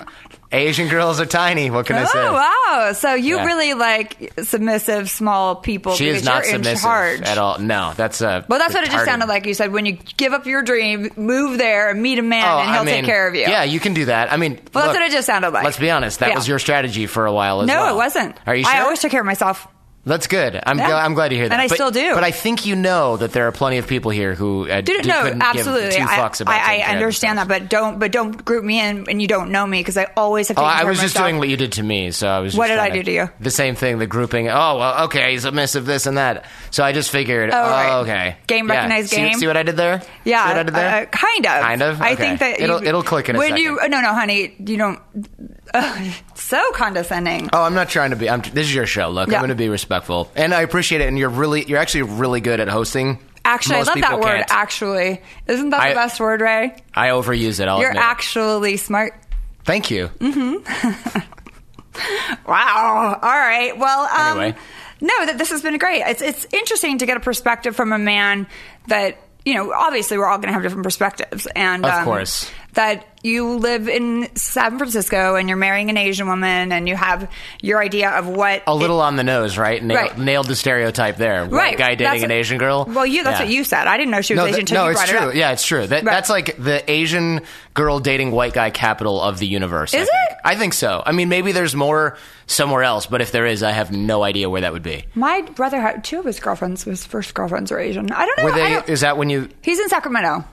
[SPEAKER 6] Asian girls are tiny. What can I say?
[SPEAKER 2] Oh wow! So you
[SPEAKER 6] Yeah.
[SPEAKER 2] really like submissive small people.
[SPEAKER 6] She
[SPEAKER 2] because
[SPEAKER 6] is not
[SPEAKER 2] you're in
[SPEAKER 6] submissive
[SPEAKER 2] charge.
[SPEAKER 6] at all. No, that's uh, a.
[SPEAKER 2] Well, that's what it
[SPEAKER 6] retarded-
[SPEAKER 2] just sounded like. You said when you give up your dream, move there and meet a man,
[SPEAKER 6] Oh,
[SPEAKER 2] and he'll
[SPEAKER 6] I mean,
[SPEAKER 2] take care of you.
[SPEAKER 6] Yeah, you can do that. I mean,
[SPEAKER 2] Well, that's what
[SPEAKER 6] look,
[SPEAKER 2] it just sounded like.
[SPEAKER 6] Let's be honest. That
[SPEAKER 2] Yeah.
[SPEAKER 6] was your strategy for a while as
[SPEAKER 2] No,
[SPEAKER 6] well.
[SPEAKER 2] it wasn't.
[SPEAKER 6] Are you
[SPEAKER 2] I
[SPEAKER 6] sure?
[SPEAKER 2] always took care of myself.
[SPEAKER 6] That's good. I'm,
[SPEAKER 2] Yeah.
[SPEAKER 6] gl- I'm glad to hear
[SPEAKER 2] And
[SPEAKER 6] that.
[SPEAKER 2] I
[SPEAKER 6] But-
[SPEAKER 2] still do.
[SPEAKER 6] But I think you know that there are plenty of people here who uh,
[SPEAKER 2] Dude,
[SPEAKER 6] d-
[SPEAKER 2] no,
[SPEAKER 6] couldn't
[SPEAKER 2] absolutely.
[SPEAKER 6] give two
[SPEAKER 2] I-
[SPEAKER 6] fucks about
[SPEAKER 2] I,
[SPEAKER 6] taking
[SPEAKER 2] I
[SPEAKER 6] care of
[SPEAKER 2] understand that,
[SPEAKER 6] themselves.
[SPEAKER 2] but don't but don't group me in and you don't know me because I always have to.
[SPEAKER 6] Oh,
[SPEAKER 2] take
[SPEAKER 6] I
[SPEAKER 2] care
[SPEAKER 6] was
[SPEAKER 2] of
[SPEAKER 6] just
[SPEAKER 2] myself.
[SPEAKER 6] doing what you did to me, so I was. Just
[SPEAKER 2] What did I
[SPEAKER 6] trying
[SPEAKER 2] do to you?
[SPEAKER 6] The same thing, the grouping. Oh well, okay, he's submissive, this and that. So I just figured, oh,
[SPEAKER 2] right.
[SPEAKER 6] okay,
[SPEAKER 2] Game
[SPEAKER 6] Yeah.
[SPEAKER 2] recognized
[SPEAKER 6] See-
[SPEAKER 2] game.
[SPEAKER 6] See, what I did there?
[SPEAKER 2] Yeah,
[SPEAKER 6] see what I did there?
[SPEAKER 2] uh, kind of.
[SPEAKER 6] Kind of?
[SPEAKER 2] I
[SPEAKER 6] Okay.
[SPEAKER 2] think that
[SPEAKER 6] It'll-
[SPEAKER 2] you-
[SPEAKER 6] it'll click in a
[SPEAKER 2] when
[SPEAKER 6] second.
[SPEAKER 2] you. oh, No, no, honey, you don't. Ugh, [laughs] so condescending.
[SPEAKER 6] Oh, I'm not trying to be. I'm, this is your show. Look,
[SPEAKER 2] Yeah.
[SPEAKER 6] I'm going to be respectful, and I appreciate it. And you're really, you're actually really good at hosting.
[SPEAKER 2] Actually,
[SPEAKER 6] Most
[SPEAKER 2] I love that
[SPEAKER 6] people
[SPEAKER 2] word.
[SPEAKER 6] can't.
[SPEAKER 2] Actually, isn't that
[SPEAKER 6] I-
[SPEAKER 2] the best word, Ray?
[SPEAKER 6] I overuse it. I'll
[SPEAKER 2] You're Mm-hmm.
[SPEAKER 6] admit it.
[SPEAKER 2] actually smart.
[SPEAKER 6] Thank you.
[SPEAKER 2] Wow. All right. Well, um,
[SPEAKER 6] Anyway.
[SPEAKER 2] no, that this has been great. It's it's interesting to get a perspective from a man that you know. Obviously, we're all going to have different perspectives, and
[SPEAKER 6] Of
[SPEAKER 2] um,
[SPEAKER 6] course.
[SPEAKER 2] that you live in San Francisco and you're marrying an Asian woman, and you have your idea of what
[SPEAKER 6] a little on the nose, right? Nailed,
[SPEAKER 2] Right.
[SPEAKER 6] nailed the stereotype there. White
[SPEAKER 2] Right,
[SPEAKER 6] guy dating
[SPEAKER 2] that's-
[SPEAKER 6] an Asian girl.
[SPEAKER 2] Well, you that's
[SPEAKER 6] Yeah.
[SPEAKER 2] what you said. I didn't know she was
[SPEAKER 6] No,
[SPEAKER 2] Asian
[SPEAKER 6] th-
[SPEAKER 2] until
[SPEAKER 6] no,
[SPEAKER 2] you
[SPEAKER 6] it's
[SPEAKER 2] brought
[SPEAKER 6] true.
[SPEAKER 2] it up.
[SPEAKER 6] Yeah, it's true. That,
[SPEAKER 2] Right.
[SPEAKER 6] That's like the Asian girl dating white guy capital of the universe. I
[SPEAKER 2] Is
[SPEAKER 6] think.
[SPEAKER 2] it?
[SPEAKER 6] I think so. I mean, maybe there's more somewhere else, but if there is, I have no idea where that would be.
[SPEAKER 2] My brother had two of his girlfriends. His first girlfriends were Asian. I don't know.
[SPEAKER 6] Were
[SPEAKER 2] I
[SPEAKER 6] they?
[SPEAKER 2] don't-
[SPEAKER 6] Is that when you?
[SPEAKER 2] he's in Sacramento.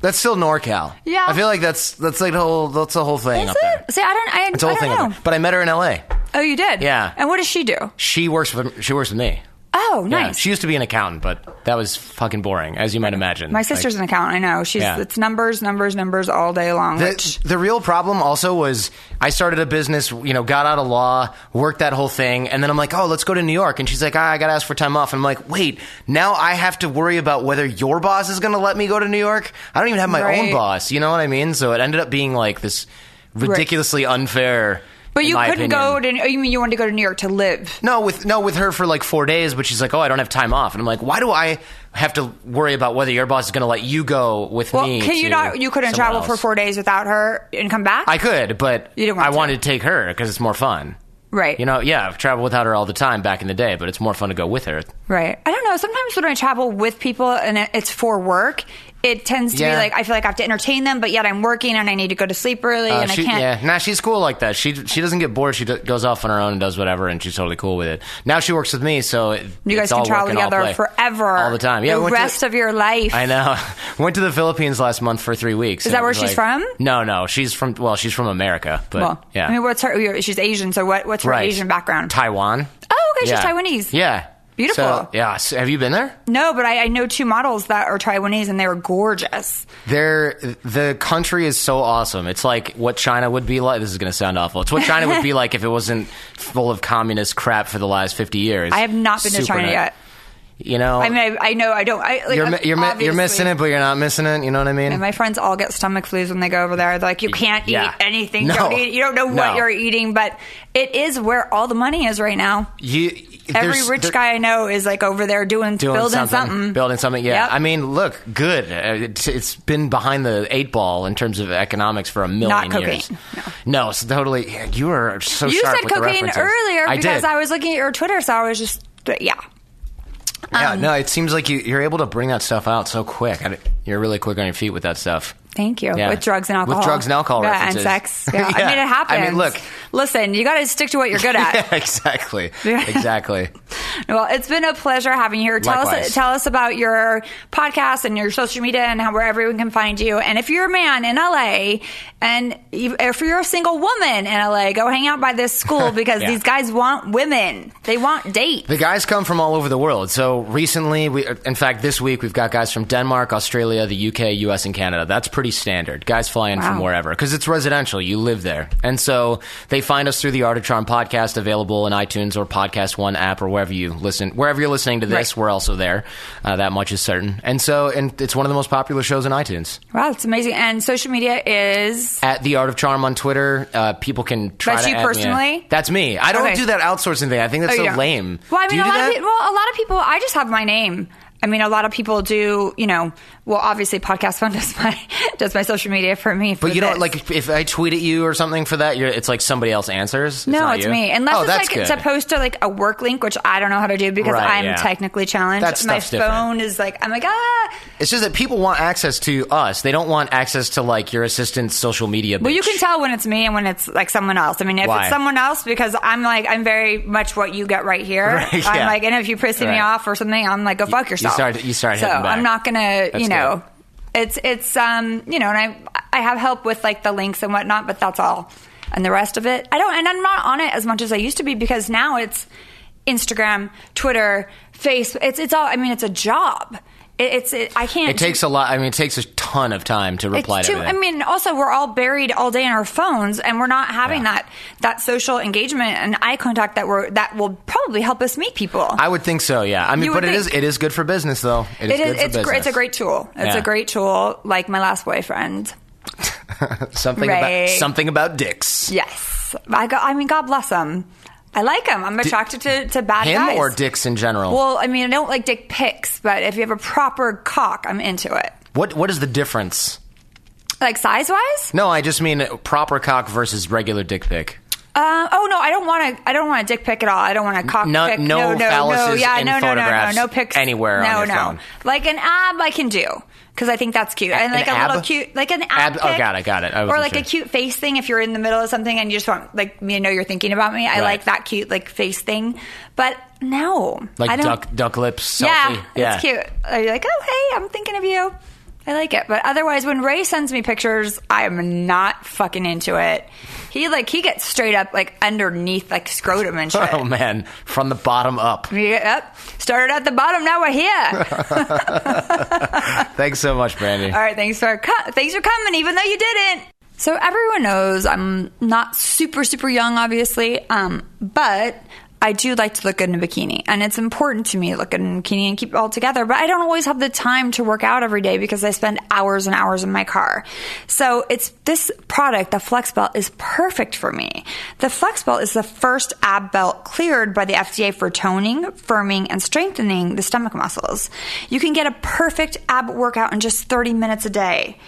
[SPEAKER 6] That's still NorCal.
[SPEAKER 2] Yeah.
[SPEAKER 6] I feel like that's that's like the whole that's the whole thing
[SPEAKER 2] Is
[SPEAKER 6] up there.
[SPEAKER 2] it? See, I don't. I, I
[SPEAKER 6] It's the whole
[SPEAKER 2] don't
[SPEAKER 6] thing. Up
[SPEAKER 2] know.
[SPEAKER 6] there. But I met her in L.A.
[SPEAKER 2] Oh, you did.
[SPEAKER 6] Yeah.
[SPEAKER 2] And what does she do?
[SPEAKER 6] She works with she works with me.
[SPEAKER 2] Oh,
[SPEAKER 6] Yeah,
[SPEAKER 2] nice.
[SPEAKER 6] She used to be an accountant, but that was fucking boring, as you might imagine.
[SPEAKER 2] My
[SPEAKER 6] Like-
[SPEAKER 2] sister's an accountant. I know. She's
[SPEAKER 6] Yeah.
[SPEAKER 2] it's numbers, numbers, numbers all day long.
[SPEAKER 6] The,
[SPEAKER 2] which
[SPEAKER 6] the real problem also was I started a business, you know, got out of law, worked that whole thing, and then I'm like, oh, let's go to New York. And she's like, ah, I got to ask for time off. And I'm like, wait, now I have to worry about whether your boss is going to let me go to New York. I don't even have my own
[SPEAKER 2] Right.
[SPEAKER 6] boss. You know what I mean? So it ended up being like this ridiculously unfair.
[SPEAKER 2] but you couldn't go
[SPEAKER 6] go to.
[SPEAKER 2] to. oh, You mean you wanted to go to New York to live?
[SPEAKER 6] No, with no with her for like four days, but she's like, "Oh, I don't have time off," and I'm like, "Why do I have to worry about whether your boss is going to let you go with
[SPEAKER 2] Well,
[SPEAKER 6] me?"
[SPEAKER 2] can you
[SPEAKER 6] to
[SPEAKER 2] not? You couldn't
[SPEAKER 6] somewhere
[SPEAKER 2] travel for
[SPEAKER 6] else?
[SPEAKER 2] four days without her and come back.
[SPEAKER 6] I could, but
[SPEAKER 2] You didn't want
[SPEAKER 6] I
[SPEAKER 2] to.
[SPEAKER 6] wanted to take her because it's more fun.
[SPEAKER 2] right.
[SPEAKER 6] You know, yeah, I've traveled without her all the time back in the day, but it's more fun to go with her.
[SPEAKER 2] Right. I don't know. Sometimes when I travel with people and it- it's for work, it tends to be
[SPEAKER 6] Yeah.
[SPEAKER 2] like I feel like I have to entertain them, but yet I'm working and I need to go to sleep early
[SPEAKER 6] Uh,
[SPEAKER 2] and
[SPEAKER 6] she,
[SPEAKER 2] I can't.
[SPEAKER 6] Yeah, nah, she's cool like that. She she doesn't get bored. She d- goes off on her own and does whatever, and she's totally cool with it. Now she works with me, so it,
[SPEAKER 2] You guys
[SPEAKER 6] it's all
[SPEAKER 2] can travel
[SPEAKER 6] work and all
[SPEAKER 2] together
[SPEAKER 6] play.
[SPEAKER 2] forever,
[SPEAKER 6] all the time. Yeah, we
[SPEAKER 2] the
[SPEAKER 6] went to-
[SPEAKER 2] rest of your life.
[SPEAKER 6] I know. [laughs] Went to the Philippines last month for three weeks.
[SPEAKER 2] Is
[SPEAKER 6] and
[SPEAKER 2] that
[SPEAKER 6] it
[SPEAKER 2] where
[SPEAKER 6] was
[SPEAKER 2] she's
[SPEAKER 6] like-
[SPEAKER 2] from?
[SPEAKER 6] No, no, she's from well, she's from America, but
[SPEAKER 2] Well,
[SPEAKER 6] yeah,
[SPEAKER 2] I mean, what's her? She's Asian, so what? What's her
[SPEAKER 6] right.
[SPEAKER 2] Asian background?
[SPEAKER 6] Taiwan.
[SPEAKER 2] Oh, okay, she's
[SPEAKER 6] Yeah.
[SPEAKER 2] Taiwanese.
[SPEAKER 6] Yeah,
[SPEAKER 2] Beautiful.
[SPEAKER 6] So, yeah, so have you been there?
[SPEAKER 2] No, but I, I know two models that are Taiwanese and they were gorgeous.
[SPEAKER 6] They're, the country is so awesome. It's like what China would be like. This is going to sound awful. It's what China
[SPEAKER 2] [laughs]
[SPEAKER 6] would be like if it wasn't full of communist crap for the last 50 years.
[SPEAKER 2] I have not been to
[SPEAKER 6] Super
[SPEAKER 2] China
[SPEAKER 6] nice.
[SPEAKER 2] yet.
[SPEAKER 6] You know,
[SPEAKER 2] I mean, I, I know I don't. I, like,
[SPEAKER 6] you're, mi- you're, mi- you're
[SPEAKER 2] obviously-
[SPEAKER 6] missing it, but you're not missing it. You know what I mean?
[SPEAKER 2] And my friends all get stomach flus when they go over there. They're like, you can't eat
[SPEAKER 6] Yeah.
[SPEAKER 2] anything.
[SPEAKER 6] No.
[SPEAKER 2] Don't eat. You don't know what
[SPEAKER 6] No.
[SPEAKER 2] you're eating, but it is where all the money is right now.
[SPEAKER 6] you,
[SPEAKER 2] Every
[SPEAKER 6] there's-
[SPEAKER 2] rich
[SPEAKER 6] there-
[SPEAKER 2] guy I know is like over there doing,
[SPEAKER 6] doing
[SPEAKER 2] building
[SPEAKER 6] something,
[SPEAKER 2] something.
[SPEAKER 6] building something. Yeah,
[SPEAKER 2] Yep.
[SPEAKER 6] I mean, look, good. Uh, It's, it's been behind the eight ball in terms of economics for a million
[SPEAKER 2] Not cocaine.
[SPEAKER 6] years. No, it's totally. yeah, You are so.
[SPEAKER 2] You
[SPEAKER 6] sharp
[SPEAKER 2] said
[SPEAKER 6] with the
[SPEAKER 2] cocaine
[SPEAKER 6] references.
[SPEAKER 2] earlier
[SPEAKER 6] I
[SPEAKER 2] because
[SPEAKER 6] did.
[SPEAKER 2] I was looking at your Twitter, so I was just yeah.
[SPEAKER 6] Yeah,
[SPEAKER 2] Um,
[SPEAKER 6] no, it seems like you, you're able to bring that stuff out so quick. I, you're really quick on your feet with that stuff.
[SPEAKER 2] Thank you.
[SPEAKER 6] Yeah.
[SPEAKER 2] With drugs and
[SPEAKER 6] With
[SPEAKER 2] alcohol.
[SPEAKER 6] drugs and alcohol
[SPEAKER 2] Yeah,
[SPEAKER 6] references.
[SPEAKER 2] and
[SPEAKER 6] [laughs]
[SPEAKER 2] sex. Yeah. I
[SPEAKER 6] Yeah.
[SPEAKER 2] mean, it happens.
[SPEAKER 6] I mean, look.
[SPEAKER 2] Listen, you got to stick to what you're good at.
[SPEAKER 6] [laughs] Yeah, exactly.
[SPEAKER 2] Yeah.
[SPEAKER 6] Exactly.
[SPEAKER 2] Well, it's been a pleasure having you here. Tell us,
[SPEAKER 6] Likewise.
[SPEAKER 2] tell us about your podcast and your social media and how, where everyone can find you. And if you're a man in LA, and you- if you're a single woman in LA, go hang out by this
[SPEAKER 6] [laughs]
[SPEAKER 2] school because
[SPEAKER 6] Yeah.
[SPEAKER 2] these guys want women. They want dates.
[SPEAKER 6] The guys come from all over the world. So recently, we, uh, in fact, this week we've got guys from Denmark, Australia, the UK, US, and Canada. That's pretty standard. Guys fly in from
[SPEAKER 2] Wow.
[SPEAKER 6] wherever because it's residential. You live there, and so they find us through the Art of Charm podcast, available in iTunes or Podcast One app or wherever you listen. Wherever you're listening to this,
[SPEAKER 2] Right.
[SPEAKER 6] we're also there. Uh, that much is certain. And so, and it's one of the most popular shows on iTunes.
[SPEAKER 2] Wow, it's amazing. And social media is
[SPEAKER 6] At the Art of Charm on Twitter, uh, people can try.
[SPEAKER 2] That's
[SPEAKER 6] to
[SPEAKER 2] you
[SPEAKER 6] add me.
[SPEAKER 2] personally?
[SPEAKER 6] That's me. I don't
[SPEAKER 2] Okay.
[SPEAKER 6] do that outsourcing thing. I think that's so
[SPEAKER 2] yeah.
[SPEAKER 6] lame.
[SPEAKER 2] oh, Well, I
[SPEAKER 6] Do
[SPEAKER 2] mean,
[SPEAKER 6] you
[SPEAKER 2] a
[SPEAKER 6] do
[SPEAKER 2] lot
[SPEAKER 6] that?
[SPEAKER 2] of people, well, a lot of people. I just have my name. I mean, a lot of people do. You know, well, obviously, podcast one [laughs] does my does my social media for me. For
[SPEAKER 6] But you don't
[SPEAKER 2] this.
[SPEAKER 6] like if I tweet at you or something for that. You're, it's like somebody else answers. It's
[SPEAKER 2] No,
[SPEAKER 6] not
[SPEAKER 2] it's
[SPEAKER 6] you.
[SPEAKER 2] me. Unless
[SPEAKER 6] oh,
[SPEAKER 2] it's
[SPEAKER 6] that's
[SPEAKER 2] like
[SPEAKER 6] good.
[SPEAKER 2] supposed to like a work link, which I don't know how to do because
[SPEAKER 6] Right,
[SPEAKER 2] I'm
[SPEAKER 6] yeah.
[SPEAKER 2] technically challenged.
[SPEAKER 6] That
[SPEAKER 2] My
[SPEAKER 6] stuff's different.
[SPEAKER 2] phone is like I'm like ah.
[SPEAKER 6] It's just that people want access to us. They don't want access to like your assistant's social media.
[SPEAKER 2] Well, you
[SPEAKER 6] bitch.
[SPEAKER 2] can tell when it's me and when it's like someone else. I mean, if
[SPEAKER 6] Why?
[SPEAKER 2] it's someone else, because I'm like I'm very much what you get right here.
[SPEAKER 6] [laughs] Right,
[SPEAKER 2] I'm
[SPEAKER 6] yeah.
[SPEAKER 2] like, and if you pissing me
[SPEAKER 6] Right.
[SPEAKER 2] off or something, I'm like, go fuck yourself.
[SPEAKER 6] start- you start
[SPEAKER 2] So
[SPEAKER 6] hitting back.
[SPEAKER 2] I'm not gonna,
[SPEAKER 6] That's
[SPEAKER 2] you know, it's it's um, you know, and I I have help with like the links and whatnot, but that's all. And the rest of it, I don't, and I'm not on it as much as I used to be because now it's Instagram, Twitter, Facebook. It's it's all. I mean, it's a job. It, it's it, I can't.
[SPEAKER 6] It takes a lot. I mean, it takes a ton of time to reply
[SPEAKER 2] It's
[SPEAKER 6] to.
[SPEAKER 2] too, I
[SPEAKER 6] everything.
[SPEAKER 2] mean, also we're all buried all day in our phones, and we're not having
[SPEAKER 6] Yeah.
[SPEAKER 2] that that social engagement and eye contact that we're that will probably help us meet people.
[SPEAKER 6] I would think so. Yeah. I mean,
[SPEAKER 2] You
[SPEAKER 6] but
[SPEAKER 2] would
[SPEAKER 6] it is
[SPEAKER 2] think-
[SPEAKER 6] it is good for business though. It is.
[SPEAKER 2] it
[SPEAKER 6] good
[SPEAKER 2] is. It's
[SPEAKER 6] for
[SPEAKER 2] gr- it's a
[SPEAKER 6] business.
[SPEAKER 2] great tool. It's
[SPEAKER 6] Yeah.
[SPEAKER 2] a great tool. Like my last boyfriend.
[SPEAKER 6] something about
[SPEAKER 2] Right.
[SPEAKER 6] something about dicks.
[SPEAKER 2] Yes, I go, I mean, God bless him. I like him. I'm attracted to, to bad
[SPEAKER 6] Him
[SPEAKER 2] guys.
[SPEAKER 6] or dicks in general.
[SPEAKER 2] Well, I mean, I don't like dick pics, but if you have a proper cock, I'm into it.
[SPEAKER 6] what what is the difference?
[SPEAKER 2] Like size wise.
[SPEAKER 6] No, I just mean proper cock versus regular dick pic.
[SPEAKER 2] Um, oh no, I don't want to. I don't want a dick pic at all. I don't want a cock
[SPEAKER 6] No-
[SPEAKER 2] pic.
[SPEAKER 6] no
[SPEAKER 2] no, no, no,
[SPEAKER 6] phalluses
[SPEAKER 2] yeah,
[SPEAKER 6] in
[SPEAKER 2] no, no,
[SPEAKER 6] photographs
[SPEAKER 2] no, no, no pics
[SPEAKER 6] anywhere on
[SPEAKER 2] No,
[SPEAKER 6] your
[SPEAKER 2] no,
[SPEAKER 6] phone.
[SPEAKER 2] like an ab, I can do because I think that's cute. And
[SPEAKER 6] An
[SPEAKER 2] like a little
[SPEAKER 6] ab?
[SPEAKER 2] cute, like an ab.
[SPEAKER 6] Ab- oh,
[SPEAKER 2] pic.
[SPEAKER 6] got it, got it. I
[SPEAKER 2] or
[SPEAKER 6] wasn't
[SPEAKER 2] like
[SPEAKER 6] sure.
[SPEAKER 2] a cute face thing if you're in the middle of something and you just want like me to know you're thinking about me. I
[SPEAKER 6] Right.
[SPEAKER 2] like that cute like face thing, but no, I
[SPEAKER 6] Like
[SPEAKER 2] don't,
[SPEAKER 6] duck duck lips.
[SPEAKER 2] Yeah,
[SPEAKER 6] selfie. yeah,
[SPEAKER 2] it's cute. uh, Are you like, oh hey, I'm thinking of you. I like it, but otherwise, when Ray sends me pictures, I'm not fucking into it. He like he gets straight up like underneath like scrotum and shit.
[SPEAKER 6] Oh man, from the bottom up.
[SPEAKER 2] Yep. Started at the bottom. Now we're here.
[SPEAKER 6] Thanks so much, Brandy.
[SPEAKER 2] All right. Thanks for co- thanks for coming, even though you didn't. So everyone knows I'm not super super young, obviously, um, but I do like to look good in a bikini, and it's important to me to look good in a bikini and keep it all together. But I don't always have the time to work out every day because I spend hours and hours in my car. So it's this product, the Flex Belt, is perfect for me. The Flex Belt is the first ab belt cleared by the FDA for toning, firming, and strengthening the stomach muscles. You can get a perfect ab workout in just 30 minutes a day.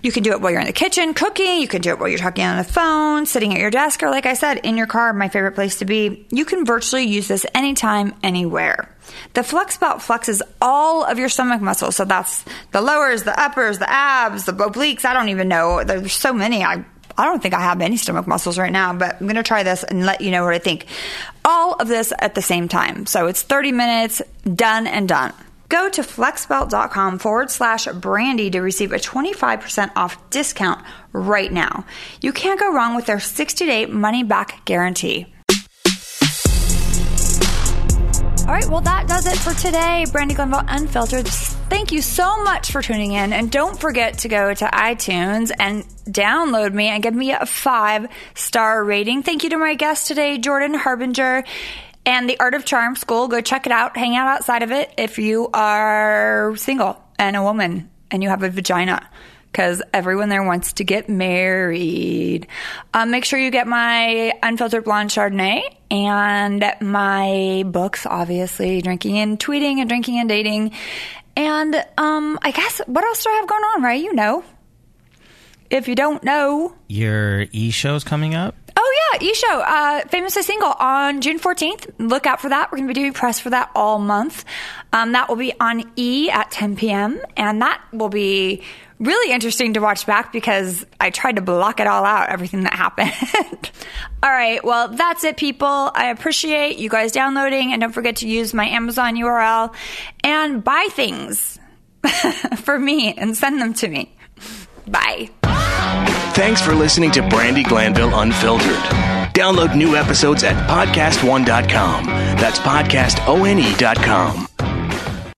[SPEAKER 2] You can do it while you're in the kitchen cooking. You can do it while you're talking on the phone, sitting at your desk, or like I said, in your car, my favorite place to be. You can virtually use this anytime, anywhere. The flex belt flexes all of your stomach muscles. So that's the lowers, the uppers, the abs, the obliques. I don't even know. There's so many. I I don't think I have any stomach muscles right now, but I'm going to try this and let you know what I think. All of this at the same time. So it's 30 minutes, done and done. Go to flexbelt.com forward slash brandy to receive a 25% off discount right now. You can't go wrong with their 60 day money back guarantee. All right, well, that does it for today. Brandy Glenville Unfiltered. Thank you so much for tuning in. And don't forget to go to iTunes and download me and give me a five star rating. Thank you to my guest today, Jordan Harbinger and the Art of Charm School. Go check it out. Hang out outside of it if you are single and a woman and you have a vagina. Because everyone there wants to get married. Um, make sure you get my unfiltered blonde Chardonnay and my books, obviously, Drinking and Tweeting and Drinking and Dating. And um, I guess what else do I have going on, right? You know. If you don't know,
[SPEAKER 7] Your e show's coming up.
[SPEAKER 2] Oh yeah, e show, uh, famously single on June fourteenth. Look out for that. We're going to be doing press for that all month. Um, that will be on E at ten p.m. and that will be really interesting to watch back because I tried to block it all out, everything that [laughs] happened. all right, well that's it, people. I appreciate you guys downloading, and don't forget to use my Amazon URL and buy things [laughs] for me and send them to me. Bye.
[SPEAKER 1] Thanks for listening to Brandy Glanville Unfiltered. E Download new episodes at podcastone.com. That's podcastone.com.